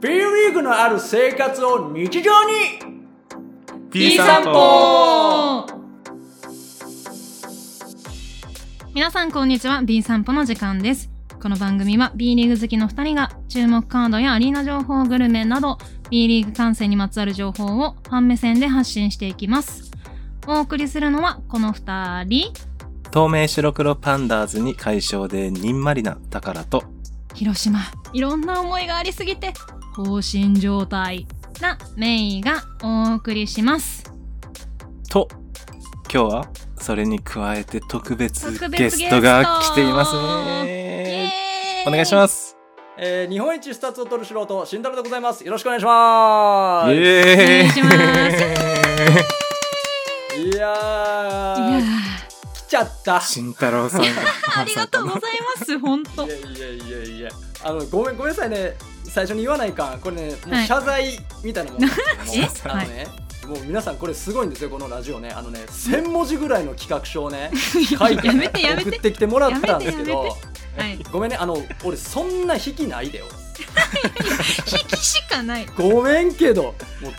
B リーグのある生活を日常に P 散散歩歩皆さんこんにちは B 散歩の時間ですこの番組は B リーグ好きの2人が注目カードやアリーナ情報グルメなど B リーグ観戦にまつわる情報をファン目線で発信していきますお送りするのはこの2人透明白黒パンダーズに解消でにんまりな宝と広島いろんな思いがありすぎて放心状態なメイがお送りしますと今日はそれに加えて特別特別ゲストが来ていますねお願いしますすえー日本一スタッツを取る素人慎太郎でございますよろしくお願いしますイエーイお願いします いやいーやー来ちゃった慎太郎さんがありがとうございます本当いやいやいやいやあのごめんごめんなさいね最初に言わないかこれねもはうい謝罪みたいなも ん、もうえあのね、もう皆さんこれすごいんですよこのラジオねあのね1000文字ぐらいの企画書をね書いてやめてやめ送っててきてもらったんですけやめどはい引ごめんねあの俺そんな引きないでよきしかないごめんけどもう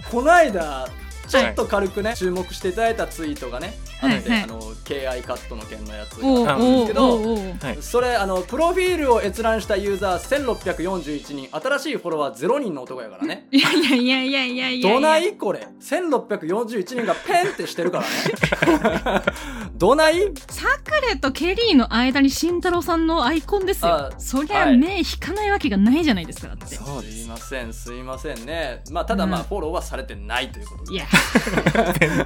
この間ちょっと軽くね、注目していただいたツイートがねあって、はいはいあの KI カットの件のやつおうあなおんですけうどおうおうはいそれあのプロフィールを閲覧したユーザー1641人新しいフォロワー0人の男やからね いやいやいやいやいやいやどないこれ1641人がペンってしてるから ねどないサクレとケリーの間に慎太郎さんのアイコンですよあそりゃはい目引かないわけがないじゃないですかだってそうですいすませんすいませんねまあただまあ、うんフォローはされてないということでいやペンっ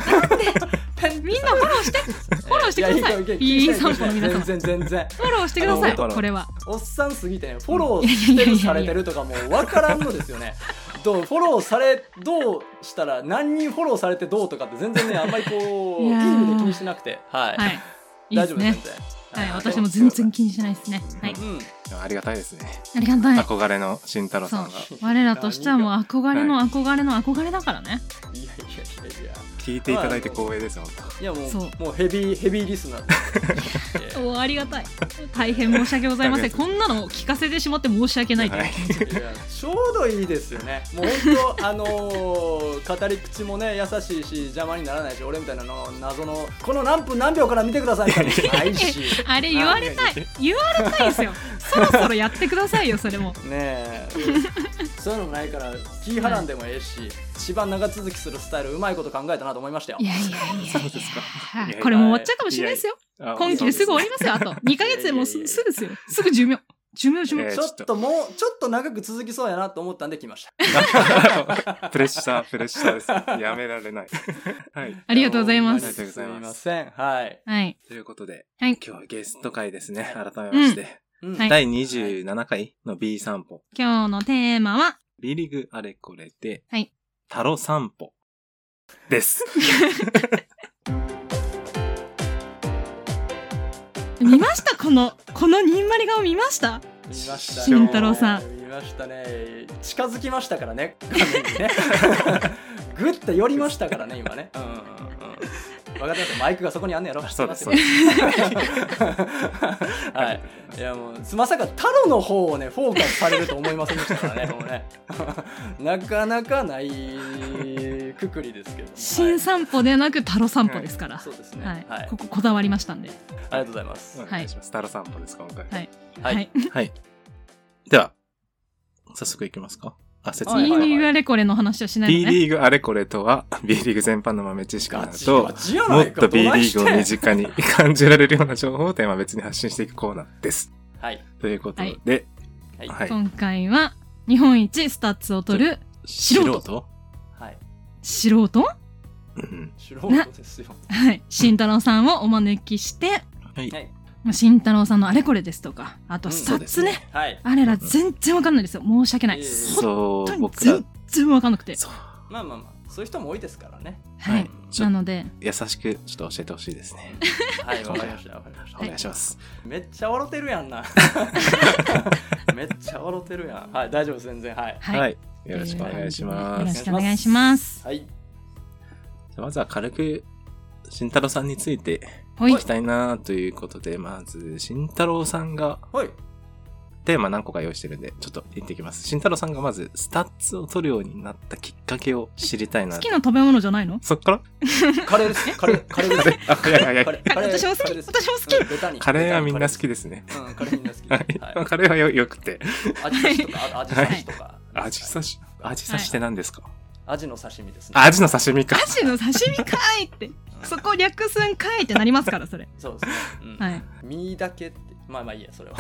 てみんなフォローしてフフォローしてくださいいい散歩の皆様全然全然フォローしてくださいあのこれはおっさんすぎてねフォローしてるされてるとかもう分からんのですよ ねどうフォローされどうしたら何人フォローされてどうとかって全然ねあんまりこういいい意やー味で気にしてなくてはい、はいいいで大す丈夫ですね全然はい私も全然気にしないですねはいうんありがたいですねありがたい憧れの慎太郎さんがそう我らとしてはもう憧れの憧れの憧れだからねいやいやいやいや聞いていただいて光栄です本いやもうそうもうヘビーヘビーリスナーですいおありがたい大変申し訳ございませんこんなのを聞かせてしまって申し訳ないと当いうはいやいや ちょうどいいですよねもう本当あのー語り口もね優しいし邪魔にならないし俺みたいなの謎のこの何分何秒から見てくださいみ たいなのないしあれ言われたい言われたいですよそろそろやってくださいよそれもねえ そういうのないから気張らんでもええし、一番長続きするスタイルうまいこと考えたなと思いましたよいやいやいやいやそうですかはいいやこれもう終わっちゃうかもしれないですよあ今期ですぐ終わそりますよあと2ヶ月でもういやいやいやすすぐですよすぐ寿命寿命寿え命ーちょっともうちょっと長く続きそうやなと思ったんで来ましたうです プレッシャープレッシャーですやめられないはいありがとうございまありがとすうございますすいませんはい、はいということで、はい今日はゲスト会ですね。改めまして、うんはい第27回の B 散歩、今日のテーマは B リーグあれこれで、はいタロ散歩です。見ましたこのこのにんまり顔見ました見ましたね慎太郎さん見ましたね近づきましたからね画面にね グッて寄りましたからね今ねうんうんうん分かってますマイクがそこにあんねやろそうです知ってますよ はいいやもうまさかタロの方をねフォーカスされると思いませんでした からねもうね なかなかないくくりですけど、新は散歩でなくタロ散歩ですからい、そうですね、ははいい、こここだわりましたんでありがとうございます、お願いします。タロ散歩です、今回。はいははいい、はい。では、早速いきますか。あ、説はいいはいいに言われこれの話はしない B のねリーグあれこれとは、B リーグ全般の豆知識なガどチとガ、チやもないっかと B リーグを身ど近に感じられるような情報をテーマ別に発信していくコーナーです。ないしてということで、はいはい今回は日本一スタッツを取る素人はい、はい、素人うん。素人ですよはい慎太郎さんをお招きしてはいはいまあ慎太郎さんのあれこれですとかあとスタッツね,、はいあれら全然わかんないですよ申し訳ないいえいえ本そ当う、に僕ら全、然わかんなくてそう、まあまあまあそういう人も多いですからねははいいちょなので優しくちょっと教えてほしいですね。はいわかりましたわかりました、お願いします。めっちゃ笑ってるや んなめっちゃ笑ってるやんはい大丈夫です全然はいはい、はい。よろしくお願いしまよろす。しくお願いしますはいまずは軽く、慎太郎さんについてほいいきたいなということで、まず、慎太郎さんがはいテーマ何個か用意してるんで、ちょっと言ってきます。慎太郎さんがまず、スタッツを取るようになったきっかけを知りたいな好。きな食べ物じゃないのそっからカレーです。カレー、カレーです。 あ、いやいやいカやレ。ー、カレー私も好カきレーです私も好きうんベタにカレーはみんな好きですね。うん、カレーみんな好き。はい。まあカレーはよよくて。アジ刺しとか、あアジ刺しとか。アジ刺し、アジ刺しって何ですかアジの刺身ですね。あアジの刺身か。アジの刺身かいってそこ略すんかいってなりますからそれそうですね。うんはい身だけって、まあまあいいや、それは。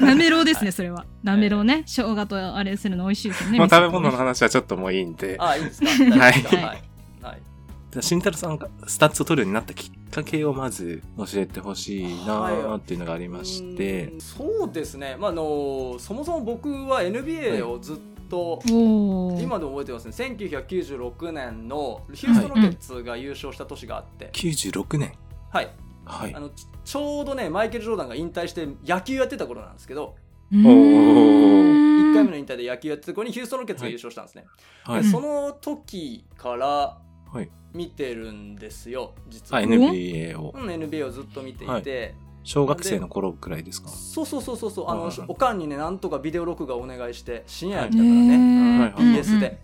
なめろうですねそれはなめろうね生姜とあれするの美味しいですよねもう味噌食とべ物の話はちょっともういいんで。あ、いいです か。大丈夫ですかははいい。はい。慎太郎さんがスタッツを取るようになったきっかけをまず教えてほしいなーっていうのがありましてう。んそうですね、まあ、あのそもそも僕は NBA をずっと、おお今でも覚えてますね1996年のヒューストン・ロケッツが優勝した年があって、 96年。はいはいあ。のちちょうどねマイケル・ジョーダンが引退して野球やってた頃なんですけど、1回目の引退で野球やってた頃にヒューストン・ロケッツが優勝したんですね、はいで。その時からはい見てるんですよ実あは、 NBA をう。ん NBA をずっと見ていて、小学生の頃くらいですかそうそうそうそうそうあの、はいはいはいおかんにねなんとかビデオ録画をお願いして深夜やったからね、ねはいはい BS で、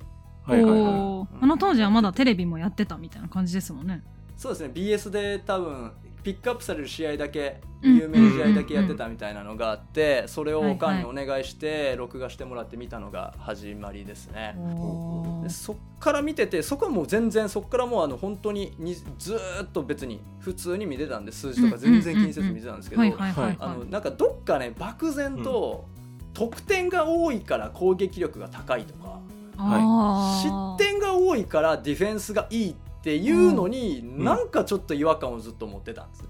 はいはいはい。おーあの当時はまだテレビもやってたみたいな感じですもんねそうですね BS で多分ピックアップされる試合だけうん有名試合だけやってたみたいなのがあってそれをおかんにおは願いして録画してもらって見たのが始まりですね。おでーそっから見ててそこはもう全然そっからもうあの本当ににずーっと別に普通に見てたんで数字とか全然気にせず見てたんですけどはいはいはいあのはなんかどっかね漠然と得点が多いから攻撃力が高いとか。いあ失ー点が多いからディフェンスがいいっていうのに、なんかちょっと違和感をずっと持ってたんです、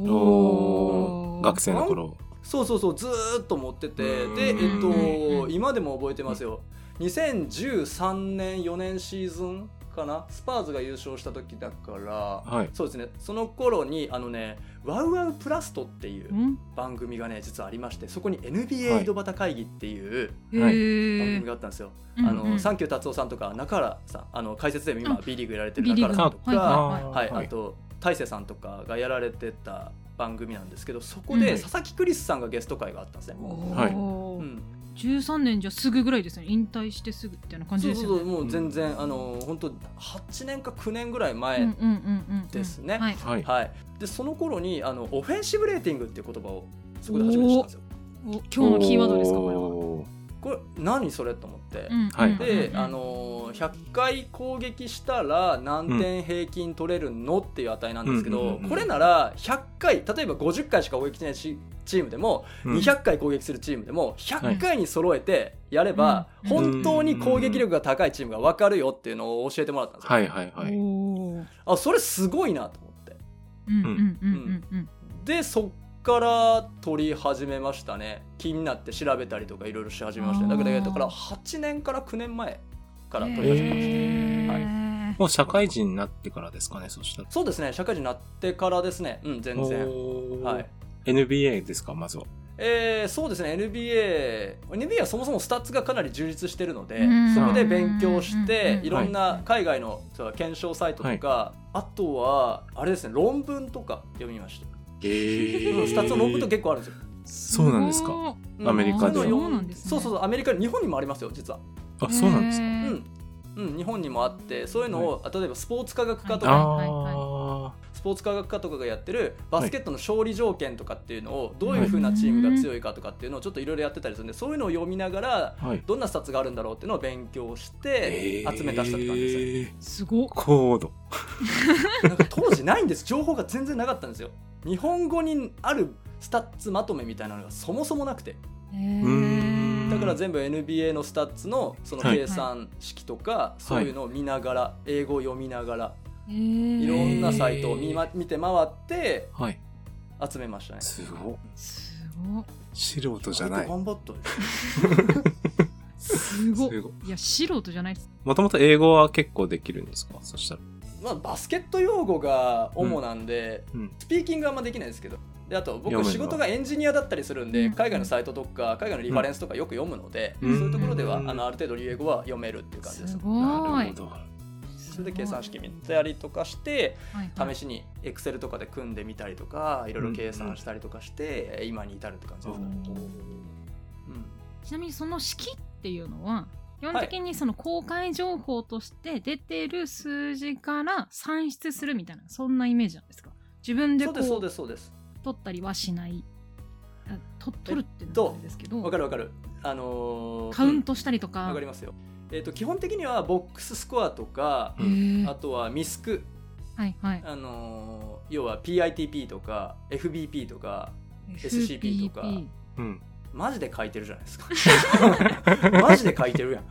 おおーー学生の頃。そうそうそうずーっと持っててうんでえっうんうとん今でも覚えてますよ2013年4年シーズンかなスパーズが優勝した時だからはい。そうですねその頃にあのね「ワウワウプラスト」っていうん番組がね実はありましてそこに NBA 井戸端会議っていうへは番組いーがあったんですよ、うんあの、うんサンキュー達夫さんとか中原さんあの解説でも今う B リーグやられてる B リ中ーグ原さんとか、はいはいはい、はいあと大勢さんとかがやられてた番組なんですけどそこでうん佐々木クリスさんがゲスト会があったんですね。はいおうーん、 13年じゃすぐぐらいですね引退してすぐみたいな感そじうですそうよそうねもう全然、あの本当8年か9年ぐらい前、うんうんうんうんですねはいはい。はい、でその頃にあのオフェンシブレーティングっていう言葉をそこで初めて知ったんですよ。お今日のキーワードですかこれはおーこれ何それと思って、うんはいで、うんあのー100回攻撃したら何点平均取れるのっていう値なんですけど、うんうんうんうんこれなら100回例えば50回しか攻撃しないしチームでも、うん200回攻撃するチームでも100回に揃えてやれば、うん本当に攻撃力が高いチームが分かるよっていうのを教えてもらったんですよ。はいはいはい。おーあそれすごいなと思ってうんうんうんうんでそっから取り始めましたね気になって調べたりとかいろいろし始めましたねだからあーだから8年から9年前かうらん取り始めました。へはいーもう社会人になってからですかね、そしたら。そうですね社会人になってからですねうん全然は。はい NBA ですか、まずは。えー、そうですね NBA NBA はそもそもスタッツがかなり充実してるので、うんそこで勉強して、うんいろんな海外のそう検証サイトとか、あとはあれですね論文とか読みました、えうんスタッツの論文と結構あるんですよ、そうなんですか。ごうんアメリカではそういうのそうなんですねそうそうそうアメリカ日本にもありますよ実はあ、ーそうなんですか。うへーん、うん、日本にもあってそういうのを、例えばスポーツ科学科とあかはいあスポーツ科学科とかがやってるバスケットの勝利条件とかっていうのをどういうふうなチームが強いかとかっていうのをちょっといろいろやってたりするんでそういうのを読みながらー。はい。どんなスタッツがあるんだろうっていうのを勉強して集め出したって感じですね、ですね。すごっ高度。なんか当時ないんです情報が全然なかったんですよ日本語にあるスタッツまとめみたいなのがそもそもなくてへーうーんだから全部 NBA のスタッツのそのはい計算式とかそういうのを見ながら英語を読みながらへーいろんなサイトを見,、ま、見て回ってはい。集めましたねすごっ。すごっ素人じゃな割いと。頑張ったよすごっすごいいや素人じゃないですもともと英語は結構できるんですかそしたら。まあ、バスケット用語が主なんで、うん。スピーキングはあんまできないですけどであと読僕むの仕事がエンジニアだったりするんでうん海外のサイトとか海外のリファレンスとかよく読むので、うんそういうところではあうんのある程度英語は読めるっていう感じですすごないるほど。それで計算式見たりとかして試ししにエクセルとかで組んでみたりとかいろいろ計算したりとかして、今に至るって感じですかね。ちなみにその式っていうのは、基本的にその公開情報として出てる数字から算出するみたいな、そんなイメージなんですか自分でそこうですそうですそううです取ったりはしない。あと取るっていうえっのともあれですけど、わかるわかるあのーカウントしたりとうんか。わかりますよえっ、と基本的にはボックススコアとかうへーあとはミスクはいはい。あのー要は PITP とか FBP とか SCP とか FPP うん。マジで書いてるじゃない ですかマジで書いてるやん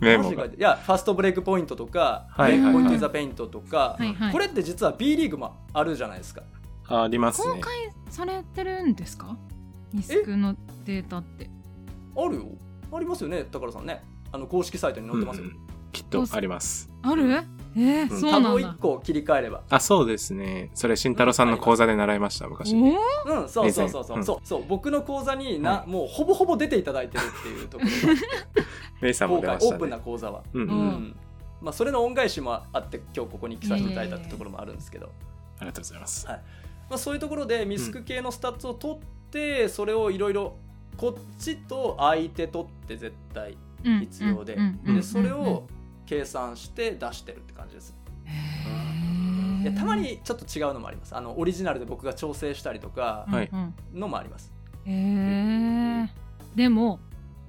メマモジで書がい。てるいやファストブレイクポイントとか、はいブレイクポインはトいはいイザペイントとか、はいはい。これって実は B リーグもあるじゃないですかあります公ね。開されてるんですかミスクのデータって。あるよありますよね宝さんねあの公式サイトに載ってますよ、うんきっとあります。あるえーうんそうタブなを1んだ。個切り替えればあ、そうですね。それ、慎太郎さんの講座で習いました、昔。おうんそうそうそうそう、うんそうそう僕の講座にな、うもうほぼほぼ出ていただいてるっていう とこメイさんもろ出が今回ましオたープンなね。講座はうんううんん。まあ、それの恩返しもあって今日ここに来させていただいたってところもあるんですけど、ありがとうございます。まあ、そういうところでミスク系のスタッツを取って、それをいろいろこっちと相手取って絶対うん必要で,、うんうんうんうんでそれを計算して出してるって感じです、へーいやたまにちょっと違うのもありますあのオリジナルで僕が調整したりとかはいうんうんのもあります、へえでも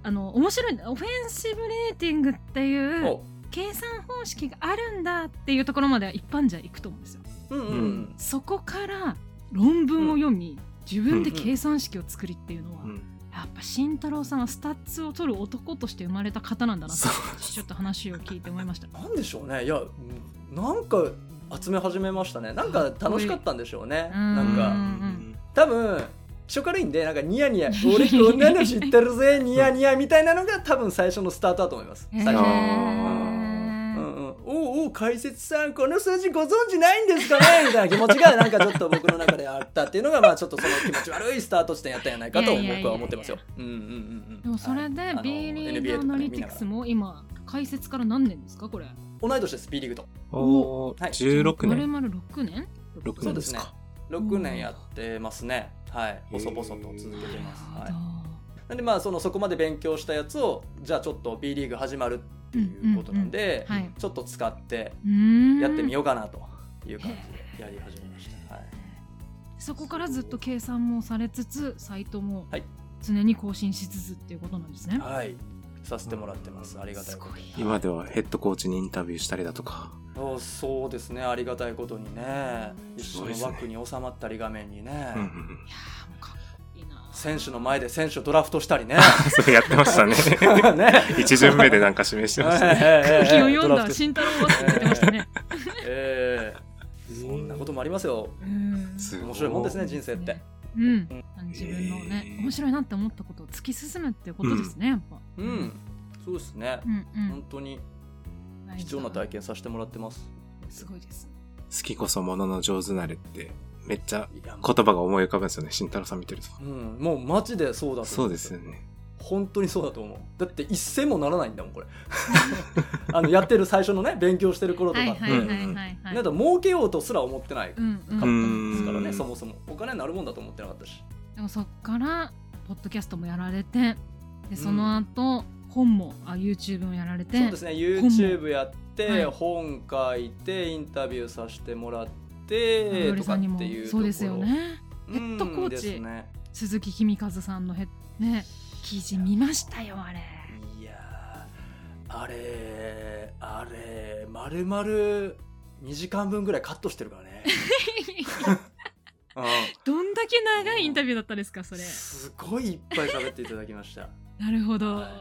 あの面白いオフェンシブレーティングっていうお計算方式があるんだっていうところまでは一般じゃいくと思うんですようんうん、ううんん、そこから論文を読み、自分で計算式を作りっていうのは、うんやっぱ慎太郎さんはスタッツを取る男として生まれた方なんだなってそうちょっと話を聞いて思いましたなんでしょうねいやなんか集め始めましたねなんか楽しかったんでしょうねうんなんうかん多分気色悪いんでなんかニヤニヤ「俺こんなの知ってるぜニヤニヤ」みたいなのが多分最初のスタートだと思います へ最初あうんうーん、おうおう解説さんこの数字ご存知ないんですかねみたいな気持ちがなんかちょっと僕の中であったっていうのがまあちょっとその気持ち悪いスタート地点やったんじゃないかといやいやいやいや僕は思ってますよ。うんうんうんうんでもそれはいであの B リー NBA グとアかねナリティクスも今解説から何年ですかこれ同い年です、B リーグと。おお、はい16丸年。々6年6そう年でですすねか。。 6年やってますね。はい。へー細々と続けてます。なはるいほ、なんでまあそのそこまで勉強したやつをじゃあちょっと B リーグ始まるっていうことなんで、どはいちょっと使ってうーんやってみようかなという感じでやり始めました。はいそこからずっと計算もされつつサイトもはい常に更新しつつっていうことなんですね、はい、させてもらってます。ありがたいことすごいに。今ではヘッドコーチにインタビューしたりだとか。おそうですね、ありがたいことにね、す一緒ごいですのね枠に収まったり、画面にね、うんうんうん いやーもうかっこいいな選手の前で選手をドラフトしたりね、それやって ましたね。ね一巡目でなんか示してましたね。空気を読ドんラだフト慎太郎はって言ってましたね、ええそんなこともありますよ、うんすご面白いもんですね、人生って。うん、自分のね、へー面白いなって思ったことを突き進むっていうことですね、やっぱうん、そうですねう、ん本当にうん貴重な体験させてもらってます。すごいです好きこそものの上手なれって、めっちゃいやもう言葉が思い浮かぶんですよね。慎太郎さん見てると。うん、もうマジでそうだと思うそうですよね。本当にそうだと思うだって一銭もならないんだもんこれ あのやってる最初のね勉強してる頃とはいかはって、いはいはいはいなんか儲けようとすら思ってないかうんうんったんですからね、うんそもそもお金になるもんだと思ってなかったしでもそっからポッドキャストもやられてでその後、本もあ YouTube もやられてそうですね YouTube やって、はい本書いてインタビューさせてもらってりとかさんにもっていうとこそろうですよねうんヘッドコーチですね鈴木公和さんのヘッね記事見ましたよ あれいやーあれあれまるまる2時間分ぐらいカットしてるからね、うんどんだけ長いインタビューだったですかそれすごいいっぱい喋っていただきましたなるほど、はい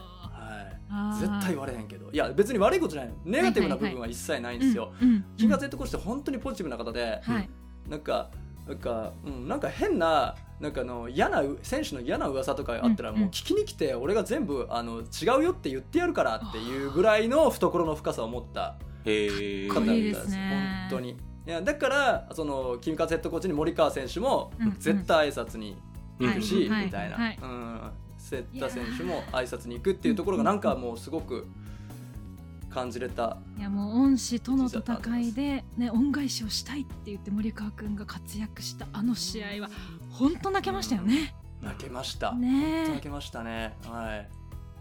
あー絶対割れへんけどいや別に悪いことじゃないネガティブな部分は一切ないんですよ、うんうん金額ヘッドコーチって本当にポジティブな方で、はいなんかなんか、うん、なんか変ななんかあの嫌な選手の嫌な噂とかあったらうんうんもう聞きに来て俺が全部あの違うよって言ってやるからっていうぐらいの懐の深さを持ったへえ。方かっみこたいいいでですすね本当にいやだからその金勝ヘッドコーチに森川選手もうんうん絶対挨拶にう行んくし、はいみたいな、はいうん、瀬田選手も挨拶に行くっていうところがなんかもうすごく感じれたいやもう恩師との戦いで、ね、恩返しをしたいって言って森川君が活躍したあの試合は本当泣けましたよね。泣けました。本当ね泣けましたね。はい。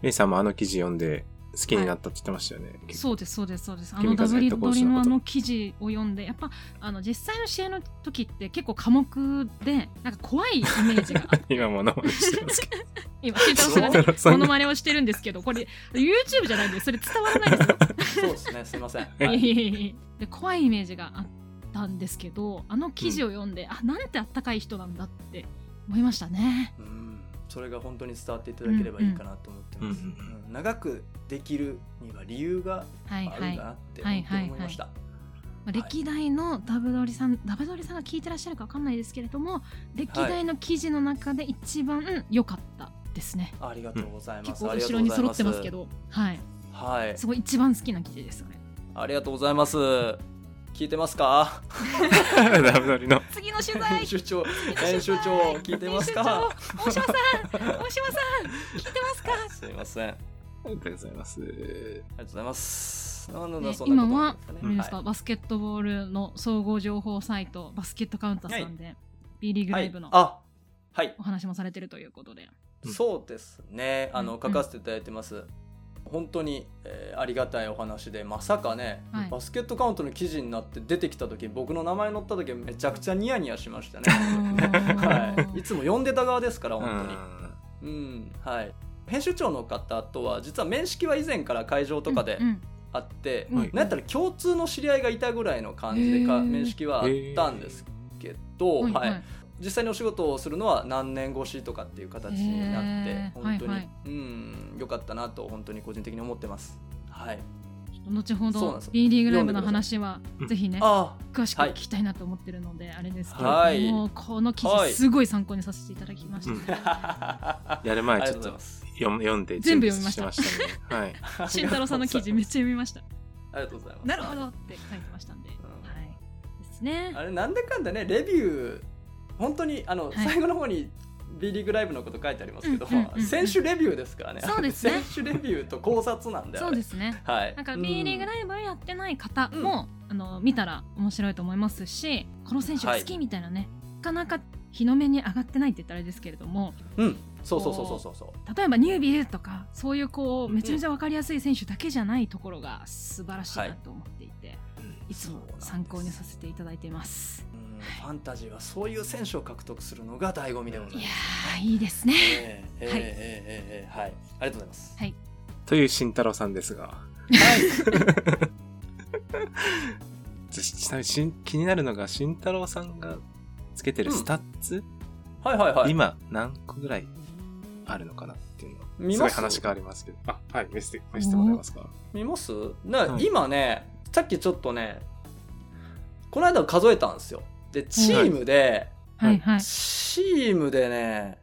メイさんもあの記事読んで好きになったって言ってましたよね。結え構そうですそうですそうですあの君ダ風ヘブリッドコードチリののことあの記事を読んでやっぱあの実際の試合の時って結構寡黙でなんか怖いイメージが今も生でしてます けど。今慎太郎さんがね慎太郎さんモがノマネをしてるんですけどこれ YouTube じゃないんでそれ伝わらないですよそうです ね。すいません。いはえい。いえいえで怖いイメージがあったんですけどあの記事を読んで、あなんてあったかい人なんだって思いましたね。うん。それが本当に伝わっていただければいいかなと思ってます。うんうんうん長くできるには理由がはいあるはんいだ。なって本当に思いました。まあ歴代のダブドリさん、ダブドリさんが聞いてらっしゃるかわかんないですけれども、歴代の記事の中で一番良かったですね。ありがとうございま結す。構ありがと後ろうごにざい揃まってますけど、はい、はい。すごい一番好きな記事ですよね。ありがとうございます。聞いてますか？ ダブドリの。次の取材 編。集長、編編集集長長聞いてますか？大島さん、大島さん、聞いてますか。すいません。ありありがとうございます。がとうございます。なんだねそんなことなんですかねあれですか、はいバスケットボールの総合情報サイトバスケットカウンターさんで B リーグはラいイブのあ、はい。お話もされてるということで、うんそうですね。あうんの書かせていただいてます。本当に、えーありがたいお話でまさかね、はいバスケットカウントの記事になって出てきた時僕の名前載った時めちゃくちゃニヤニヤしましたね。はい、いつも呼んでた側ですからうん本当に。うんはい、編集長の方とは実は面識は以前から会場とかでうんうんあって、うんはいなんやったら共通の知り合いがいたぐらいの感じでかへー面識はあったんですけど、はいははいい実際にお仕事をするのは何年越しとかっていう形になって、へー本当に、はいはいうん良かったなと本当に個人的に思ってます。はい、ちょっと後ほそうなんどですよ B リーグライブの話は読んでくださいぜひねあ詳しくはい聞きたいなと思ってるので、あれですけれども、はいこの記は事いすごい参考にさせていただきました、うんあやるあ前りがちとうょっごとざいます。読ん読んで全部読みました準備してましたね。はい。慎太郎さんの記事めっちゃ読みました ありがとうございます。なるほどって書いてましたんで、はいですねあれなんだかんだねレビュー本当にあの、はい最後の方に B リーグライブのこと書いてありますけど、うんうんうんうん選手レビューですからねそうですね選手レビューと考察なんだよそうですねはいなんか B リーグライブをやってない方も、あの見たら面白いと思いますしこの選手好きみたいなね、なかなか日の目に上がってないって言ったらあれですけれどもうん、うんそうそうそうそうそうそう例えばニュービルとかそういうこうめちゃめちゃ分かりやすい選手だけじゃないところが素晴らしいなと思っていて、い、つも参考にさせていただいてます。うんファンタジーはそういう選手を獲得するのが醍醐味でございいまやすーいいですね。ええええはいええええはいありがとうございますはいという慎太郎さんですが。ちなみにしん気になるのが慎太郎さんがつけてるスタッツ、はいはいはい今何個ぐらいあるのかなっていうの見すごまいす話変わりますけどあはい見せて見せてもらえますか見ますな、はい今ねさっきちょっとねこの間数えたんですよでチームで、はいはい。チームでね、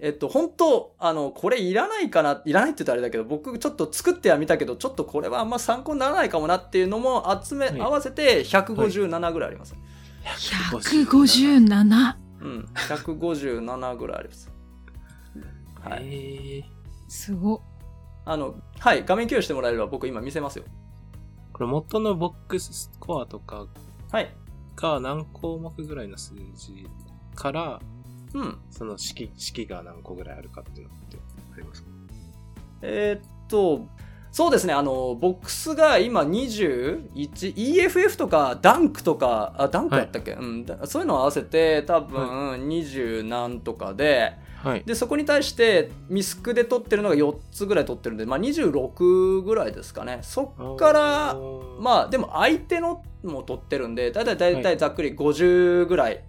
えっと、本当あの、これいらないかな、いらないって言ったらあれだけど、僕ちょっと作ってはみたけど、ちょっとこれはあんま参考にならないかもなっていうのも集め、はい合わせて157ぐらいあります。 157。うん、157ぐらいあり ます。はい。えーすごっ。あの、はい、画面共有してもらえれば僕今見せますよ。これ元のボックススコアとかはい。が何項目ぐらいの数字からうん。その式式が何個ぐらいあるかっていうのってありますかえーっと、そうですね、あの、ボックスが今21、EFF とかダンクとか、あ、ダンクだったっけ、うん、だそういうのを合わせて多分20何とかで、はいで、そこに対してミスクで取ってるのが4つぐらい取ってるんで、まあ26ぐらいですかね。そっから、あまあでも相手のも取ってるんで、だいたいだいたはいざっくり50ぐらい。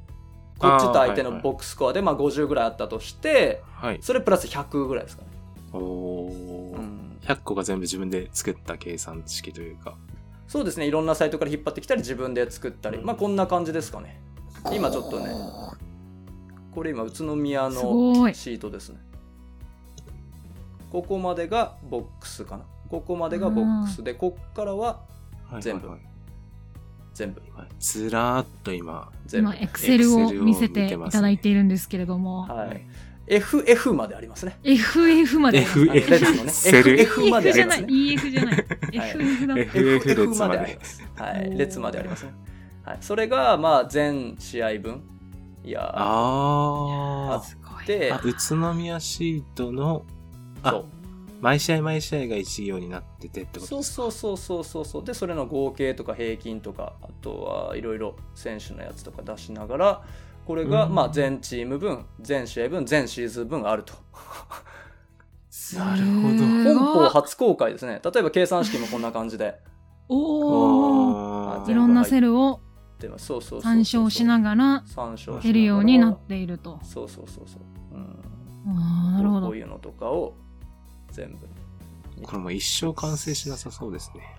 こっちと相手あーはいはのいボックススコアで、まあ、50ぐらいあったとして、はいそれプラス100ぐらいですかね。おおー、うん100個が全部自分で作った計算式というかそうですねいろんなサイトから引っ張ってきたり自分で作ったり、うんまあこんな感じですかね今ちょっとねこれ今宇都宮すごのいシートですねここまでがボックスかなここまでがボックスでこっからは全部はいはい全部はいずらーっと今全部今、エクセルを Excel を見せて見いてますねただいているんですけれども、はい FF までありますね FF まで。 F あのレッツのセルね FF ま EF であじりゃまない、すね EF じゃない、はい FF だ。 FF 列 FF までまあでりますはおいー列までありますねはいそれがまあ全試合分いやー、あ暑くいてあ。あ、、宇都宮シートの、あそう。毎試合毎試合が一行になっててってことそうそうそうそうそうそうでそれの合計とか平均とかあとはいろいろ選手のやつとか出しながらこれが、うんまあ全チーム分全試合分全シーズン分あるとなるほどすごい本邦初公開ですね例えば計算式もこんな感じでおお。あーいろんなセルをでもそうそうそうそう参照しながら参照しながら出るようになっていると。そうそうそうそう、うん、ああ、なるほこどう。いうのとかを全部これもう一生完成しなさそうですね。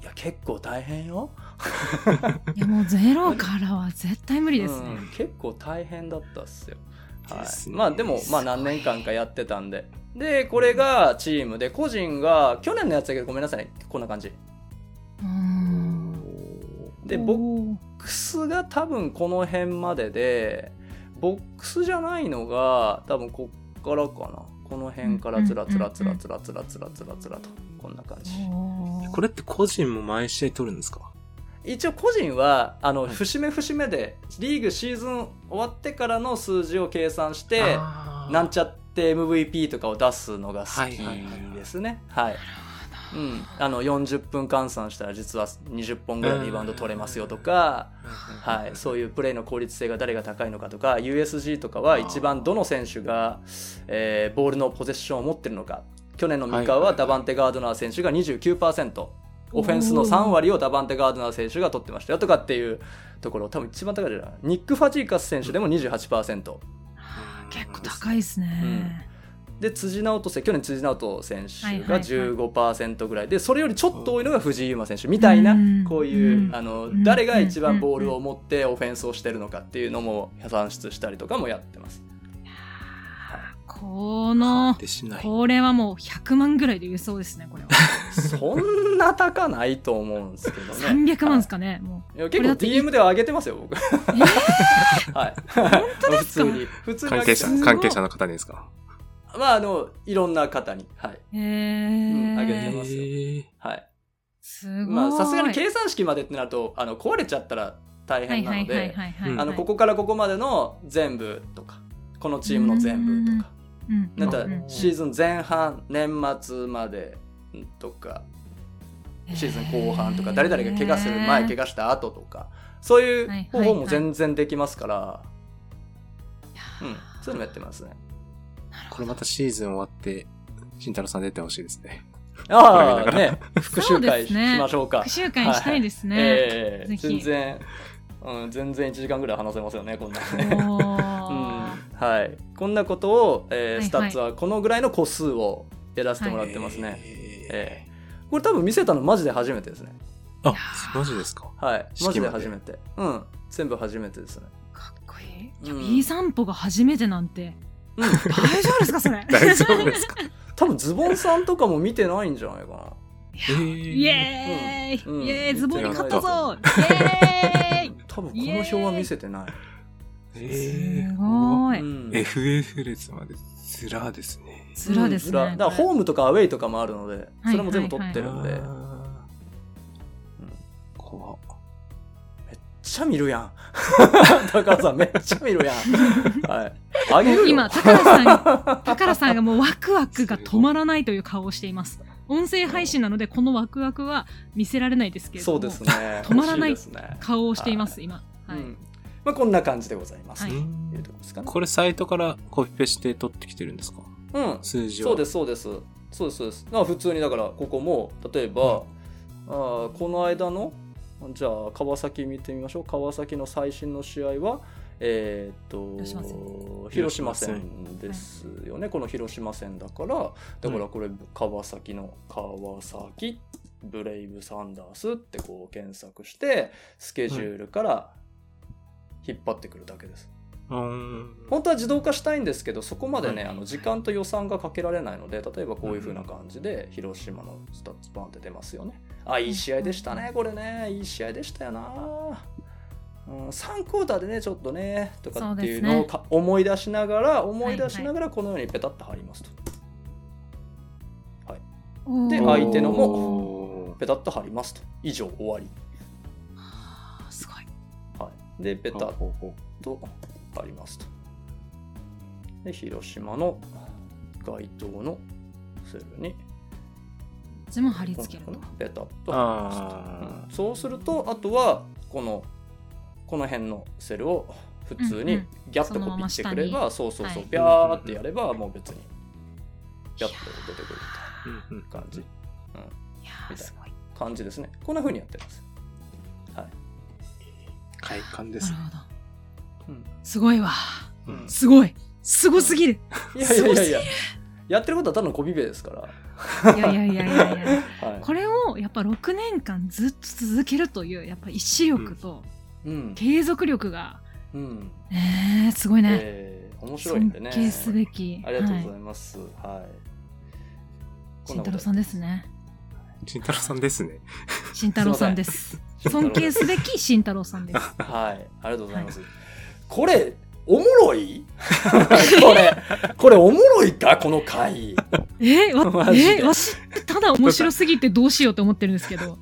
いや結構大変よいやもうゼロからは絶対無理ですうね。ん、結構大変だったっすよ、はですい、ねまあでもすごまあい何年間かやってたんででこれがチームで個人が去年のやつだけどごめんなさいねこんな感じうん。でおボッークスが多分この辺まででボックスじゃないのが多分こっからかなこの辺からつらつらつらつらつらつらつらつらとこんな感じおーこれって個人も毎試合取るんですか一応個人はあの節目節目でリーグシーズン終わってからの数字を計算してあーなんちゃって MVP とかを出すのが好きはいはいはいですね。はい。うん、あの40分換算したら実は20本ぐらいリバウンド取れますよとか、はい、そういうプレーの効率性が誰が高いのかとか USG とかは一番どの選手が、えーボールのポゼッションを持ってるのか去年の三河はいはいははいダバンテ・ガードナー選手が29%オフェンスの3割をダバンテ・ガードナー選手が取ってましたよとかっていうところ多分一番高いじゃないニック・ファジーカス選手でも28%。結構高いですね。で辻直人選手去年辻直人選手はいはいはがい15%ぐらいでそれよりちょっと多いのが藤井優真選手みたいなうんこういううんあのん誰が一番ボールを持ってオフェンスをしてるのかっていうのも算出したりとかもやって ますこなのっ、てしない。これはもう100万ぐらいで輸送ですね、これは。そんな高ないと思うんですけどね300万ですかね、もはいいやこ結れ構だって DM では上げてます 。よ僕はい本当ですか普通に普通に上関げ係て者ます、関係者の方にですかまああのいろんな方にはいうへうん上げてえ。ますよへーはいすごい。まあさすがに計算式までってなるとあの壊れちゃったら大変なのではいはいはいはいはいうんあのここからここまでの全部とかこのチームの全部とかうんなんかうんうんシーズン前半年末までとかシーズン後半とか誰々が怪我する前怪我我した後とかそういはいう方はいはい法も全然できますからうんそういうのもやって ますねこれまたシーズン終わって、慎太郎さん出てほしいで すね。あこあれ見なね復習会しましょうか復習会したいですね。ええぜひ全然うん全然1時間ぐらい話せますよねこんなおねーうんはい、こんなことを、えーはいはいスタッツはこのぐらいの個数をやらせてもらってますね、ええこれ多分見せたのマジで初めてですねー。あ、マジですか はいマ式ジでまで初めてうん全部初めてですねかっこいい。いや、うん B 散歩が初めてなんて。うん大丈夫ですか、それ。大丈夫ですか多分ズボンさんとかも見てないんじゃないかイえエーうんイイエーイうんズボンに買った ぞイエーな多分この表は見せてない、イえすーごうい。ん FF 列までずらですね。ずらですね。うんだからホームとかアウェイとかもあるのでそれも全部取って出るんで、めっ怖っちゃ見るやん 高橋さんめっちゃ見るやんはいあげもうるよ今、高良さんが、高良さんがもうワクワ クが止まらないという顔をしています。音声配信なので、このワクワクは見せられないですけれどそも、うですね止まらない欲しですね顔をしています、今。はうい。んまあ、こんな感じでございます、はいとういうんとこですかね。これサイトからコピペして取ってきてるんですかうん、数字を。そうですそうですそうですそうです。まあ普通にだからここも例えば、あーこの間のじゃあ川崎見てみましょう川崎の最新の試合はえー広島戦っと広島戦ですよねこの広島戦だからだからこれ川崎の川崎ブレイブサンダースってこう検索してスケジュールから引っ張ってくるだけです。うーん。本当は自動化したいんですけどそこまでね、はいあの時間と予算がかけられないので例えばこういう風な感じで広島のスタッツバンって出ますよねあいい試合でしたねこれねいい試合でしたよな、うん、3クォーターでねちょっとねとかっていうのをか思い出しながら思い出しながらこのようにペタッと貼りますと、でおー相手のもおーペタッと貼りますと以上終わり、すごい。はい、でペタッほうほうほうとありますと。で、広島の街灯のセルに、いつも貼り付けるこのの。ペタッと貼りますと。あうんそうするとあとはこのこの辺のセルを普通うんうにんギャッとコピーしてくれそのまば、そうそうそう、はいビャーってやればもう別にギャッと出てくるみたーうんうんいな感じいやみたいなーすごい。感じですねこんな風にやってます、快感でなするね。ほど。うんすごいわ。うんすごい。すごすぎる。いやいやいやいすごすぎやるやってることはただのコピペですからいやいやいやいやいや。はいこれをやっぱ6年間ずっと続けるというやっぱ意志力とうん、継続力が、うんねえすごいね、えー面白いんでね尊敬すべきありがとうござはいますはい、いこ慎なこ太と郎さんですね慎太郎さんですね。 慎太郎さんです尊敬すべき慎太郎さんですはい、ありがとうございます。これ、おもろい これ、これおもろいかこの回。えわマジでえわしただ面白すぎてどうしようと思ってるんですけど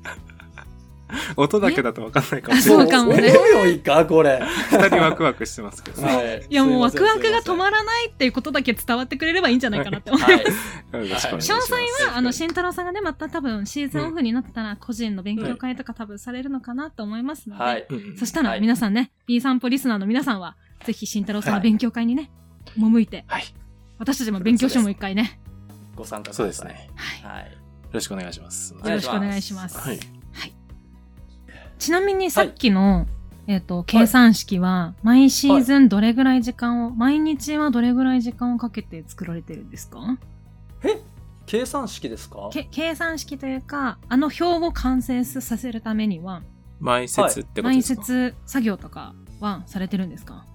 音だけだと分かんないかあもしれそなうい。かもねおもろいかこれ。二人ワクワクしてますけ どね。はいいやもうワクワクがす止いままらないっていうことだけ伝わってくれればいいんじゃないかなって思うせん。はい、よろしくお願いしはまいす。詳細はあ確のか慎太郎さんがねまた多分シーズンオフになったら個人の勉強会とか多分されるのかなと思いますので、はい、うんうんそしたらはい皆さんね、B 散歩リスナーの皆さんは、ぜひ慎太郎さんはのい勉強会にね、赴いて、はい。よ私たちも勉強書も一回ね、ご参加ください。そうですねははい。ろしくお願いします。おい、願よろいししくますお願いします。はい。ちなみにさっきの、えっ、と、計算式は、毎シーズンどれぐらい時間を、毎日はどれぐらい時間をかけて作られてるんですか計算式ですかけ計算式というか、あの表を完成させるためには、埋設ってこと埋ですか設作業とかはされてるんですか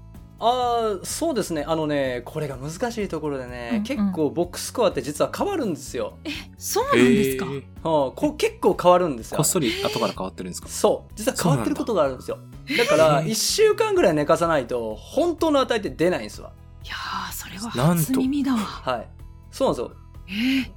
ああ、そうですね。あのね、これが難しいところでね、うんうん結構ボックスコアって実は変わるんですよ。そうなんですか、えーはあ、こう結構変わるんですよ。こっそり後から変わってるんですかそう実は変わってることがあるんですよだからへー1週間ぐらい寝かさないと本当の値って出ないんですわいやー、それはなんと初耳だわ。はいそうなんですよえー